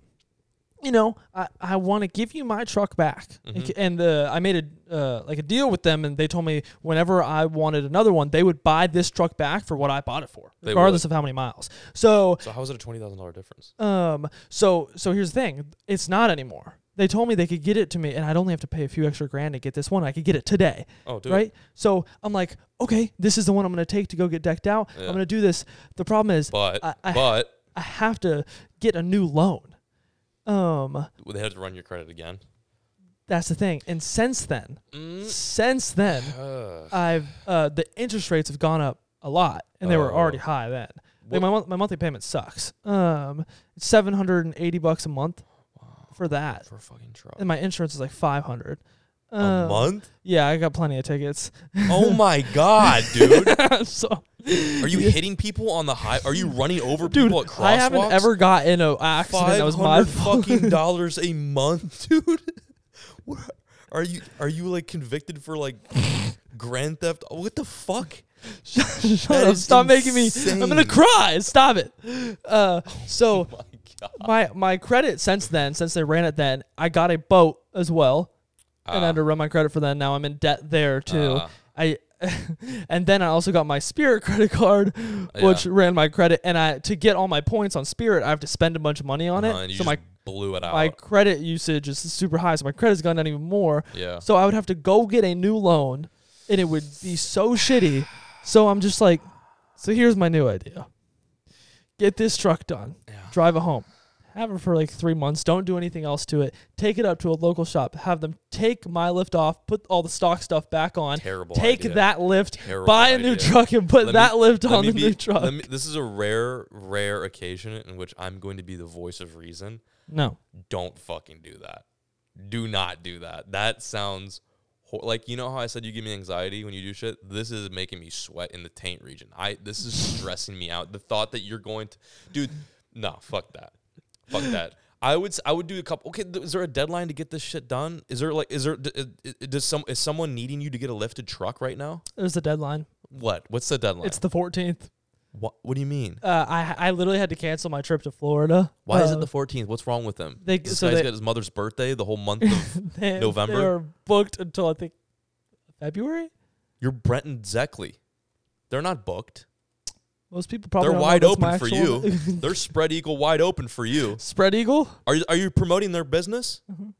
[SPEAKER 2] you know, I, I want to give you my truck back.
[SPEAKER 1] Mm-hmm.
[SPEAKER 2] Like, And uh, I made a uh, like a deal with them, and they told me whenever I wanted another one, they would buy this truck back for what I bought it for,
[SPEAKER 1] They
[SPEAKER 2] regardless of how many miles. So,
[SPEAKER 1] so how is it a twenty thousand dollar difference?
[SPEAKER 2] um, so so here's the thing: it's not anymore. They told me they could get it to me, and I'd only have to pay a few extra grand to get this one. I could get it today
[SPEAKER 1] Oh, dude.
[SPEAKER 2] right? So I'm like, okay, this is the one I'm gonna take to go get decked out.
[SPEAKER 1] Yeah.
[SPEAKER 2] I'm gonna do this. The problem is,
[SPEAKER 1] But
[SPEAKER 2] I, I,
[SPEAKER 1] but
[SPEAKER 2] I have to get a new loan. Um,
[SPEAKER 1] they had to run your credit again.
[SPEAKER 2] that's the thing. And since then,
[SPEAKER 1] Mm.
[SPEAKER 2] since then,
[SPEAKER 1] Ugh.
[SPEAKER 2] I've uh, the interest rates have gone up a lot, and they were
[SPEAKER 1] Oh.
[SPEAKER 2] already high then.
[SPEAKER 1] What-
[SPEAKER 2] Like my mon- my monthly payment sucks. Um, it's seven hundred and eighty bucks a month for that,
[SPEAKER 1] for a fucking truck.
[SPEAKER 2] and uh, my insurance is like five hundred. Um,
[SPEAKER 1] a month?
[SPEAKER 2] Yeah, I got plenty of tickets.
[SPEAKER 1] Oh my god, dude!
[SPEAKER 2] so
[SPEAKER 1] Are you hitting people on the high? Are you running over
[SPEAKER 2] Dude,
[SPEAKER 1] people at crosswalks?
[SPEAKER 2] I haven't ever got in an accident that
[SPEAKER 1] five
[SPEAKER 2] was my
[SPEAKER 1] hundred
[SPEAKER 2] fault.
[SPEAKER 1] fucking dollars a month, dude. What, are you are you like convicted for like grand theft? What the fuck?
[SPEAKER 2] Shut up,
[SPEAKER 1] is
[SPEAKER 2] Stop making me. I'm gonna
[SPEAKER 1] insane.
[SPEAKER 2] cry. Stop it. Uh, so
[SPEAKER 1] Oh My God.
[SPEAKER 2] my my credit since then, since they ran it then, I got a boat as well, and I
[SPEAKER 1] Ah.
[SPEAKER 2] had to run my credit for that. Now I'm in debt there too.
[SPEAKER 1] Ah.
[SPEAKER 2] I. and then I also got my Spirit credit card, which
[SPEAKER 1] Yeah.
[SPEAKER 2] ran my credit. And I to get all my points on Spirit, I have to spend a bunch of money on
[SPEAKER 1] Uh,
[SPEAKER 2] it.
[SPEAKER 1] and you
[SPEAKER 2] So
[SPEAKER 1] just
[SPEAKER 2] my
[SPEAKER 1] blew it out.
[SPEAKER 2] my credit usage is super high, so my credit's gone down even more.
[SPEAKER 1] yeah.
[SPEAKER 2] So I would have to go get a new loan, and it would be so shitty. So I'm just like, so here's my new idea: get this truck done,
[SPEAKER 1] Yeah.
[SPEAKER 2] drive it home, have it for like three months. Don't do anything else to it. Take it up to a local shop, have them take my lift off, put all the stock stuff back on.
[SPEAKER 1] Terrible.
[SPEAKER 2] Take
[SPEAKER 1] idea.
[SPEAKER 2] that lift,
[SPEAKER 1] Terrible
[SPEAKER 2] buy a new
[SPEAKER 1] idea.
[SPEAKER 2] truck, and put
[SPEAKER 1] Let me-
[SPEAKER 2] that lift
[SPEAKER 1] Let
[SPEAKER 2] on
[SPEAKER 1] me
[SPEAKER 2] the
[SPEAKER 1] be-
[SPEAKER 2] new truck.
[SPEAKER 1] let me- this is a rare, rare occasion in which I'm going to be the voice of reason.
[SPEAKER 2] no,
[SPEAKER 1] Don't fucking do that. Do not do that. That sounds hor- like you know how I said you give me anxiety when you do shit. This is making me sweat in the taint region. I this is stressing me out. The thought that you're going to, dude, no, fuck that, fuck that. I would s- I would do a couple. Okay, th- is there a deadline to get this shit done? Is there like is there d- i- i- does some is someone needing you to get a lifted truck right now?
[SPEAKER 2] there's the deadline.
[SPEAKER 1] What what's the deadline?
[SPEAKER 2] It's the 14th.
[SPEAKER 1] what what do you mean?
[SPEAKER 2] Uh, I I literally had to cancel my trip to Florida.
[SPEAKER 1] Why is
[SPEAKER 2] Uh,
[SPEAKER 1] it the 14th? What's wrong with them?
[SPEAKER 2] they-
[SPEAKER 1] this
[SPEAKER 2] so
[SPEAKER 1] guy's
[SPEAKER 2] they-
[SPEAKER 1] got his mother's birthday the whole month of.
[SPEAKER 2] They-
[SPEAKER 1] November?
[SPEAKER 2] They were booked until I think February.
[SPEAKER 1] You're Brenton Zeckley. They're not booked.
[SPEAKER 2] Most people probably
[SPEAKER 1] They're
[SPEAKER 2] don't know
[SPEAKER 1] wide
[SPEAKER 2] that's
[SPEAKER 1] open
[SPEAKER 2] my
[SPEAKER 1] for
[SPEAKER 2] actual-
[SPEAKER 1] you. They're spread eagle wide open for you.
[SPEAKER 2] Spread eagle.
[SPEAKER 1] Are you, are you promoting their business?
[SPEAKER 2] Mm-hmm.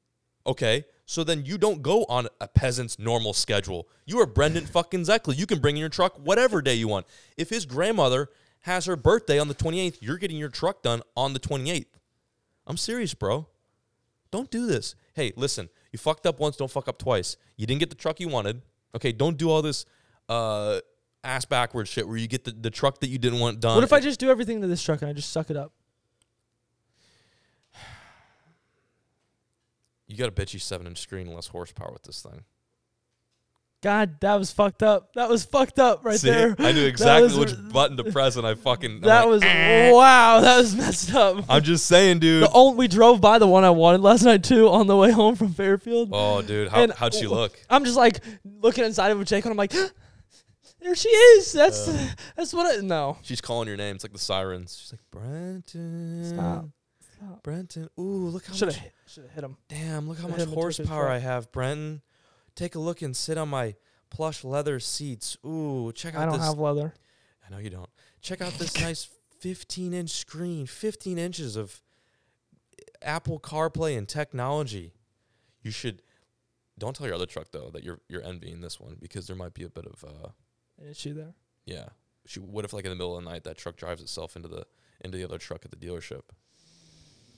[SPEAKER 1] Okay. So then you don't go on a peasant's normal schedule. You are Brendan fucking Zeckley. You can bring your truck whatever day you want. If his grandmother has her birthday on the 28th, you're getting your truck done on the 28th. I'm serious, bro. Don't do this. Hey, listen, you fucked up once, don't fuck up twice. You didn't get the truck you wanted. Okay, don't do all this uh, ass backwards shit where you get the, the truck that you didn't want done.
[SPEAKER 2] What if I just do everything to this truck and I just suck it up?
[SPEAKER 1] You got a bitchy seven inch screen, less horsepower with this thing.
[SPEAKER 2] God, that was fucked up. That was fucked up right
[SPEAKER 1] See,
[SPEAKER 2] there.
[SPEAKER 1] I knew
[SPEAKER 2] That
[SPEAKER 1] exactly
[SPEAKER 2] was-
[SPEAKER 1] which button to press, and I fucking. I'm
[SPEAKER 2] That
[SPEAKER 1] like, "Ah."
[SPEAKER 2] was wow. That was messed up.
[SPEAKER 1] I'm just saying, dude.
[SPEAKER 2] The only, we drove by the one I wanted last night too on the way home from Fairfield.
[SPEAKER 1] Oh, dude, how,
[SPEAKER 2] And-
[SPEAKER 1] how'd she look?
[SPEAKER 2] I'm just like looking inside of a Jake and I'm like, there she is. That's
[SPEAKER 1] Uh.
[SPEAKER 2] that's what. I, no,
[SPEAKER 1] She's calling your name. It's like the sirens. She's like, Brenton.
[SPEAKER 2] Stop. Stop.
[SPEAKER 1] Brenton. Ooh, look how
[SPEAKER 2] should
[SPEAKER 1] much.
[SPEAKER 2] have should have hit him.
[SPEAKER 1] Damn, look how much
[SPEAKER 2] hit him and took his
[SPEAKER 1] horsepower
[SPEAKER 2] truck.
[SPEAKER 1] I have, Brenton. Take a look and sit on my plush leather seats. Ooh, check out
[SPEAKER 2] I don't
[SPEAKER 1] this.
[SPEAKER 2] have leather.
[SPEAKER 1] I know you don't. Check out this nice 15 inch screen, 15 inches of Apple CarPlay and technology. You should don't tell your other truck though that you're you're envying this one because there might be a bit of uh
[SPEAKER 2] An issue there.
[SPEAKER 1] yeah. She, what if like in the middle of the night that truck drives itself into the into the other truck at the dealership?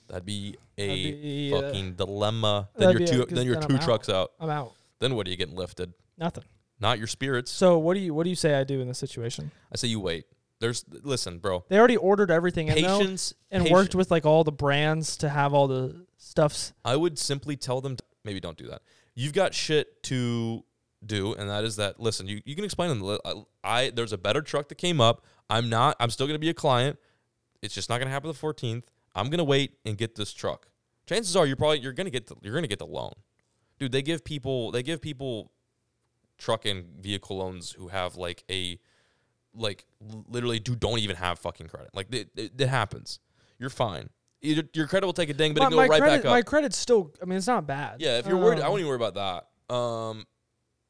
[SPEAKER 1] That'd be a
[SPEAKER 2] That'd be, uh,
[SPEAKER 1] fucking dilemma. Then you're
[SPEAKER 2] that'd be a-
[SPEAKER 1] two
[SPEAKER 2] 'cause
[SPEAKER 1] then you're
[SPEAKER 2] then
[SPEAKER 1] two
[SPEAKER 2] I'm out.
[SPEAKER 1] trucks out.
[SPEAKER 2] I'm out.
[SPEAKER 1] Then what are you getting lifted?
[SPEAKER 2] Nothing.
[SPEAKER 1] Not your spirits.
[SPEAKER 2] So what do you what do you say I do in this situation?
[SPEAKER 1] I say you wait. There's listen, bro.
[SPEAKER 2] They already ordered everything in though,
[SPEAKER 1] Patience
[SPEAKER 2] and
[SPEAKER 1] patience.
[SPEAKER 2] worked with like all the brands to have all the stuffs.
[SPEAKER 1] I would simply tell them to, maybe don't do that. you've got shit to do, and that is that. Listen, you, you can explain to them. I, I there's a better truck that came up. I'm not. I'm still gonna be a client. It's just not gonna happen the 14th. I'm gonna wait and get this truck. Chances are you're probably you're gonna get the, you're gonna get the loan, dude. They give people they give people truck and vehicle loans who have like a like literally do don't even have fucking credit. Like it, it, it happens. You're fine. Your, your credit will take a ding, but
[SPEAKER 2] my,
[SPEAKER 1] it go
[SPEAKER 2] my
[SPEAKER 1] right
[SPEAKER 2] credit,
[SPEAKER 1] back up.
[SPEAKER 2] My credit's still. I mean, it's not bad.
[SPEAKER 1] Yeah, if you're worried, I
[SPEAKER 2] Um,
[SPEAKER 1] wouldn't even worry about that. Um,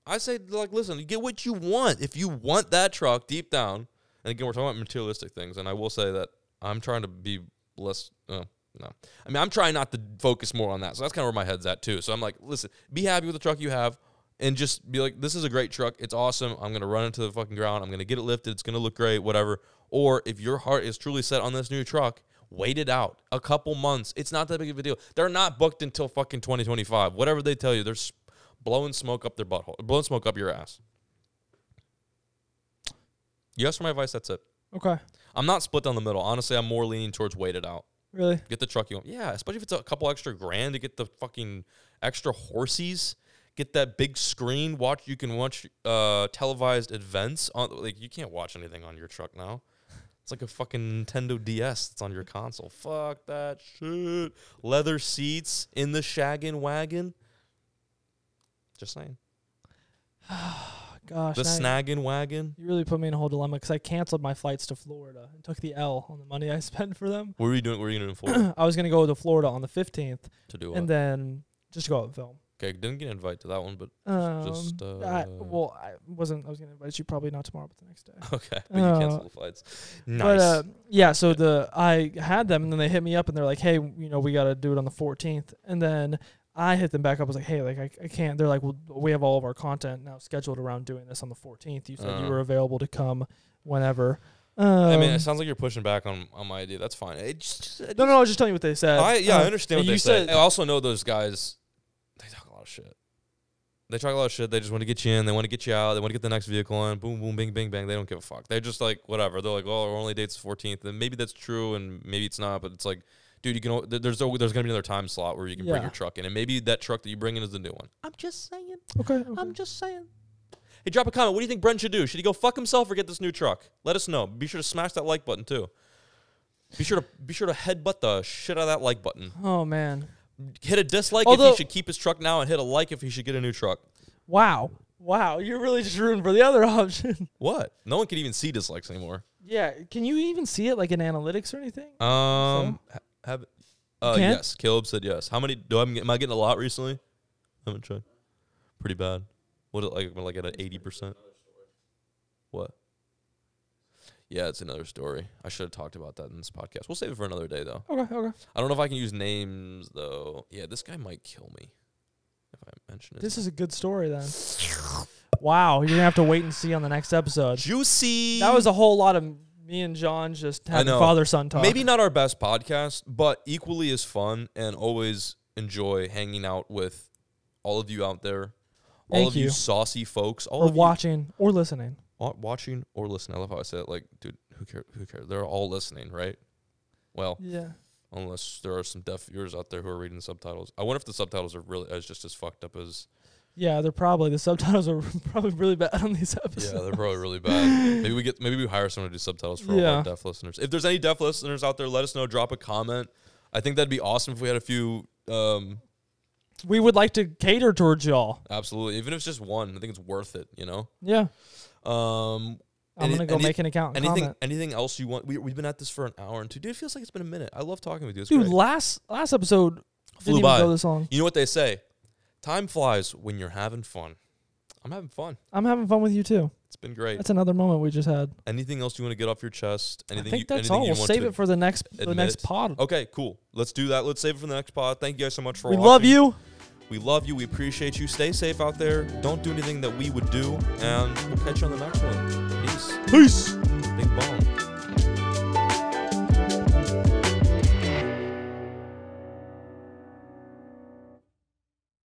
[SPEAKER 1] I say like, listen, you get what you want. If you want that truck deep down, and again, we're talking about materialistic things, and I will say that I'm trying to be less. Uh, no, I mean, I'm trying not to focus more on that. So that's kind of where my head's at too. So I'm like, listen, be happy with the truck you have. And just be like, this is a great truck. It's awesome. I'm gonna run into the fucking ground. I'm gonna get it lifted. It's gonna look great. Whatever. Or if your heart is truly set on this new truck, Wait it out a couple months. It's not that big of a deal. They're not booked until fucking 2025. Whatever they tell you, they're s- blowing smoke up their butthole, blowing smoke up your ass. You asked for my advice. That's it.
[SPEAKER 2] Okay.
[SPEAKER 1] I'm not split down the middle. Honestly, I'm more leaning towards wait it out.
[SPEAKER 2] Really.
[SPEAKER 1] Get the truck you want. Yeah, especially if it's a couple extra grand to get the fucking extra horsies. Get that big screen. Watch. You can watch uh, televised events on. Like you can't watch anything on your truck now. It's like a fucking Nintendo DS that's on your console. Fuck that shit. Leather seats in the shaggin' wagon. Just saying.
[SPEAKER 2] Gosh.
[SPEAKER 1] The
[SPEAKER 2] now you-
[SPEAKER 1] snaggin' wagon.
[SPEAKER 2] You really put me in a whole dilemma because I canceled my flights to Florida and took the L on the money I spent for them.
[SPEAKER 1] What were you doing? What were you doing for
[SPEAKER 2] I was gonna go to Florida on the fifteenth
[SPEAKER 1] to do?
[SPEAKER 2] and
[SPEAKER 1] What?
[SPEAKER 2] then just go out and film.
[SPEAKER 1] Okay, didn't get an invite to that one, but
[SPEAKER 2] Um,
[SPEAKER 1] Just,
[SPEAKER 2] I,
[SPEAKER 1] uh,
[SPEAKER 2] well, I wasn't. I was gonna invite you probably not tomorrow, but the next day.
[SPEAKER 1] okay. But you
[SPEAKER 2] Uh,
[SPEAKER 1] canceled the flights.
[SPEAKER 2] But
[SPEAKER 1] Nice.
[SPEAKER 2] uh, yeah, so the I had them, and then they hit me up, and they're like, "Hey, you know, we got to do it on the 14th." And then I hit them back up. I was like, "Hey, like I, I can't." They're like, "Well, we have all of our content now scheduled around doing this on the 14th. You said
[SPEAKER 1] Uh-huh.
[SPEAKER 2] you were available to come whenever."
[SPEAKER 1] I mean,
[SPEAKER 2] Um,
[SPEAKER 1] it sounds like you're pushing back on, on my idea. That's fine. It just, it
[SPEAKER 2] no, no, I was just telling you what they said.
[SPEAKER 1] I, yeah,
[SPEAKER 2] Uh,
[SPEAKER 1] I understand what
[SPEAKER 2] you
[SPEAKER 1] they
[SPEAKER 2] said.
[SPEAKER 1] said. I also know those guys. They talk a lot of shit. They talk a lot of shit. They just want to get you in. They want to get you out. They want to get the next vehicle on. Boom, boom, bing, bing, bang. They don't give a fuck. They're just like whatever. They're like, oh, our only date's the 14th. And maybe that's true, and maybe it's not. But it's like, dude, you can. al- there- There's al- there's gonna be another time slot where you can bring
[SPEAKER 2] Yeah.
[SPEAKER 1] your truck in, and maybe that truck that you bring in is the new one. I'm just saying.
[SPEAKER 2] Okay, okay.
[SPEAKER 1] I'm just saying. Hey, drop a comment. What do you think Brent should do? Should he go fuck himself or get this new truck? Let us know. Be sure to smash that like button too. Be sure to be sure to headbutt the shit out of that like button.
[SPEAKER 2] oh man,
[SPEAKER 1] Hit a dislike
[SPEAKER 2] Although-
[SPEAKER 1] if he should keep his truck now, and hit a like if he should get a new truck.
[SPEAKER 2] wow, wow, you're really just rooting for the other option.
[SPEAKER 1] What? No one can even see dislikes anymore.
[SPEAKER 2] yeah, can you even see it like in analytics or anything?
[SPEAKER 1] Um, ha- have uh
[SPEAKER 2] can't?
[SPEAKER 1] yes. Caleb said yes. How many do I am I getting a lot recently? I haven't tried. Pretty bad. What it like? am I, Like at an eighty percent. What? Yeah, it's another story. I should have talked about that in this podcast. We'll save it for another day, though.
[SPEAKER 2] Okay, okay.
[SPEAKER 1] I don't know if I can use names though. Yeah, this guy might kill me if I mention it.
[SPEAKER 2] This is a good story then. Wow, you're gonna have to wait and see on the next episode.
[SPEAKER 1] juicy.
[SPEAKER 2] That was a whole lot of me and John just having
[SPEAKER 1] know.
[SPEAKER 2] father son talk.
[SPEAKER 1] Maybe not our best podcast, but equally as fun and always enjoy hanging out with all of you out there. All
[SPEAKER 2] Thank
[SPEAKER 1] of you.
[SPEAKER 2] you.
[SPEAKER 1] saucy folks, all
[SPEAKER 2] or
[SPEAKER 1] of
[SPEAKER 2] watching or listening.
[SPEAKER 1] you wa- watching or listening. I love how I said it. Like, dude, who cares? Who cares? They're all listening, right? Well,
[SPEAKER 2] Yeah.
[SPEAKER 1] unless there are some deaf ears out there who are reading subtitles. I wonder if the subtitles are really as just as fucked up as.
[SPEAKER 2] Yeah, they're probably the subtitles are probably really bad on these
[SPEAKER 1] Yeah,
[SPEAKER 2] episodes.
[SPEAKER 1] they're probably really bad. Maybe we get maybe we hire someone to do subtitles for all
[SPEAKER 2] Yeah.
[SPEAKER 1] our deaf listeners. If there's any deaf listeners out there, let us know. Drop a comment. I think that'd be awesome if we had a few um,
[SPEAKER 2] We would like to cater towards y'all.
[SPEAKER 1] Absolutely. Even if it's just one, I think it's worth it, you know?
[SPEAKER 2] Yeah.
[SPEAKER 1] Um
[SPEAKER 2] I'm
[SPEAKER 1] Any-
[SPEAKER 2] gonna go
[SPEAKER 1] any-
[SPEAKER 2] make an account and
[SPEAKER 1] anything
[SPEAKER 2] comment.
[SPEAKER 1] anything else you want? We we've been at this for an hour and two. Dude, it feels like it's been a minute. I love talking with you. It's
[SPEAKER 2] Dude,
[SPEAKER 1] great.
[SPEAKER 2] last last episode
[SPEAKER 1] Flew
[SPEAKER 2] didn't
[SPEAKER 1] by.
[SPEAKER 2] even go this long.
[SPEAKER 1] you know what they say? Time flies when you're having fun. I'm having fun.
[SPEAKER 2] I'm having fun with you too.
[SPEAKER 1] It's been great.
[SPEAKER 2] That's another moment we just had.
[SPEAKER 1] anything else you want to get off your chest? Anything
[SPEAKER 2] I think
[SPEAKER 1] you,
[SPEAKER 2] that's
[SPEAKER 1] anything
[SPEAKER 2] all.
[SPEAKER 1] you
[SPEAKER 2] We'll
[SPEAKER 1] want
[SPEAKER 2] save
[SPEAKER 1] to
[SPEAKER 2] it for the next the
[SPEAKER 1] admit?
[SPEAKER 2] next pod.
[SPEAKER 1] Okay, cool. Let's do that. Let's save it for the next pod. Thank you guys so much for
[SPEAKER 2] we
[SPEAKER 1] watching.
[SPEAKER 2] love you.
[SPEAKER 1] We love you. We appreciate you. Stay safe out there. Don't do anything that we would do. And we'll catch you on the next one. Peace.
[SPEAKER 2] Peace.
[SPEAKER 1] Big bone.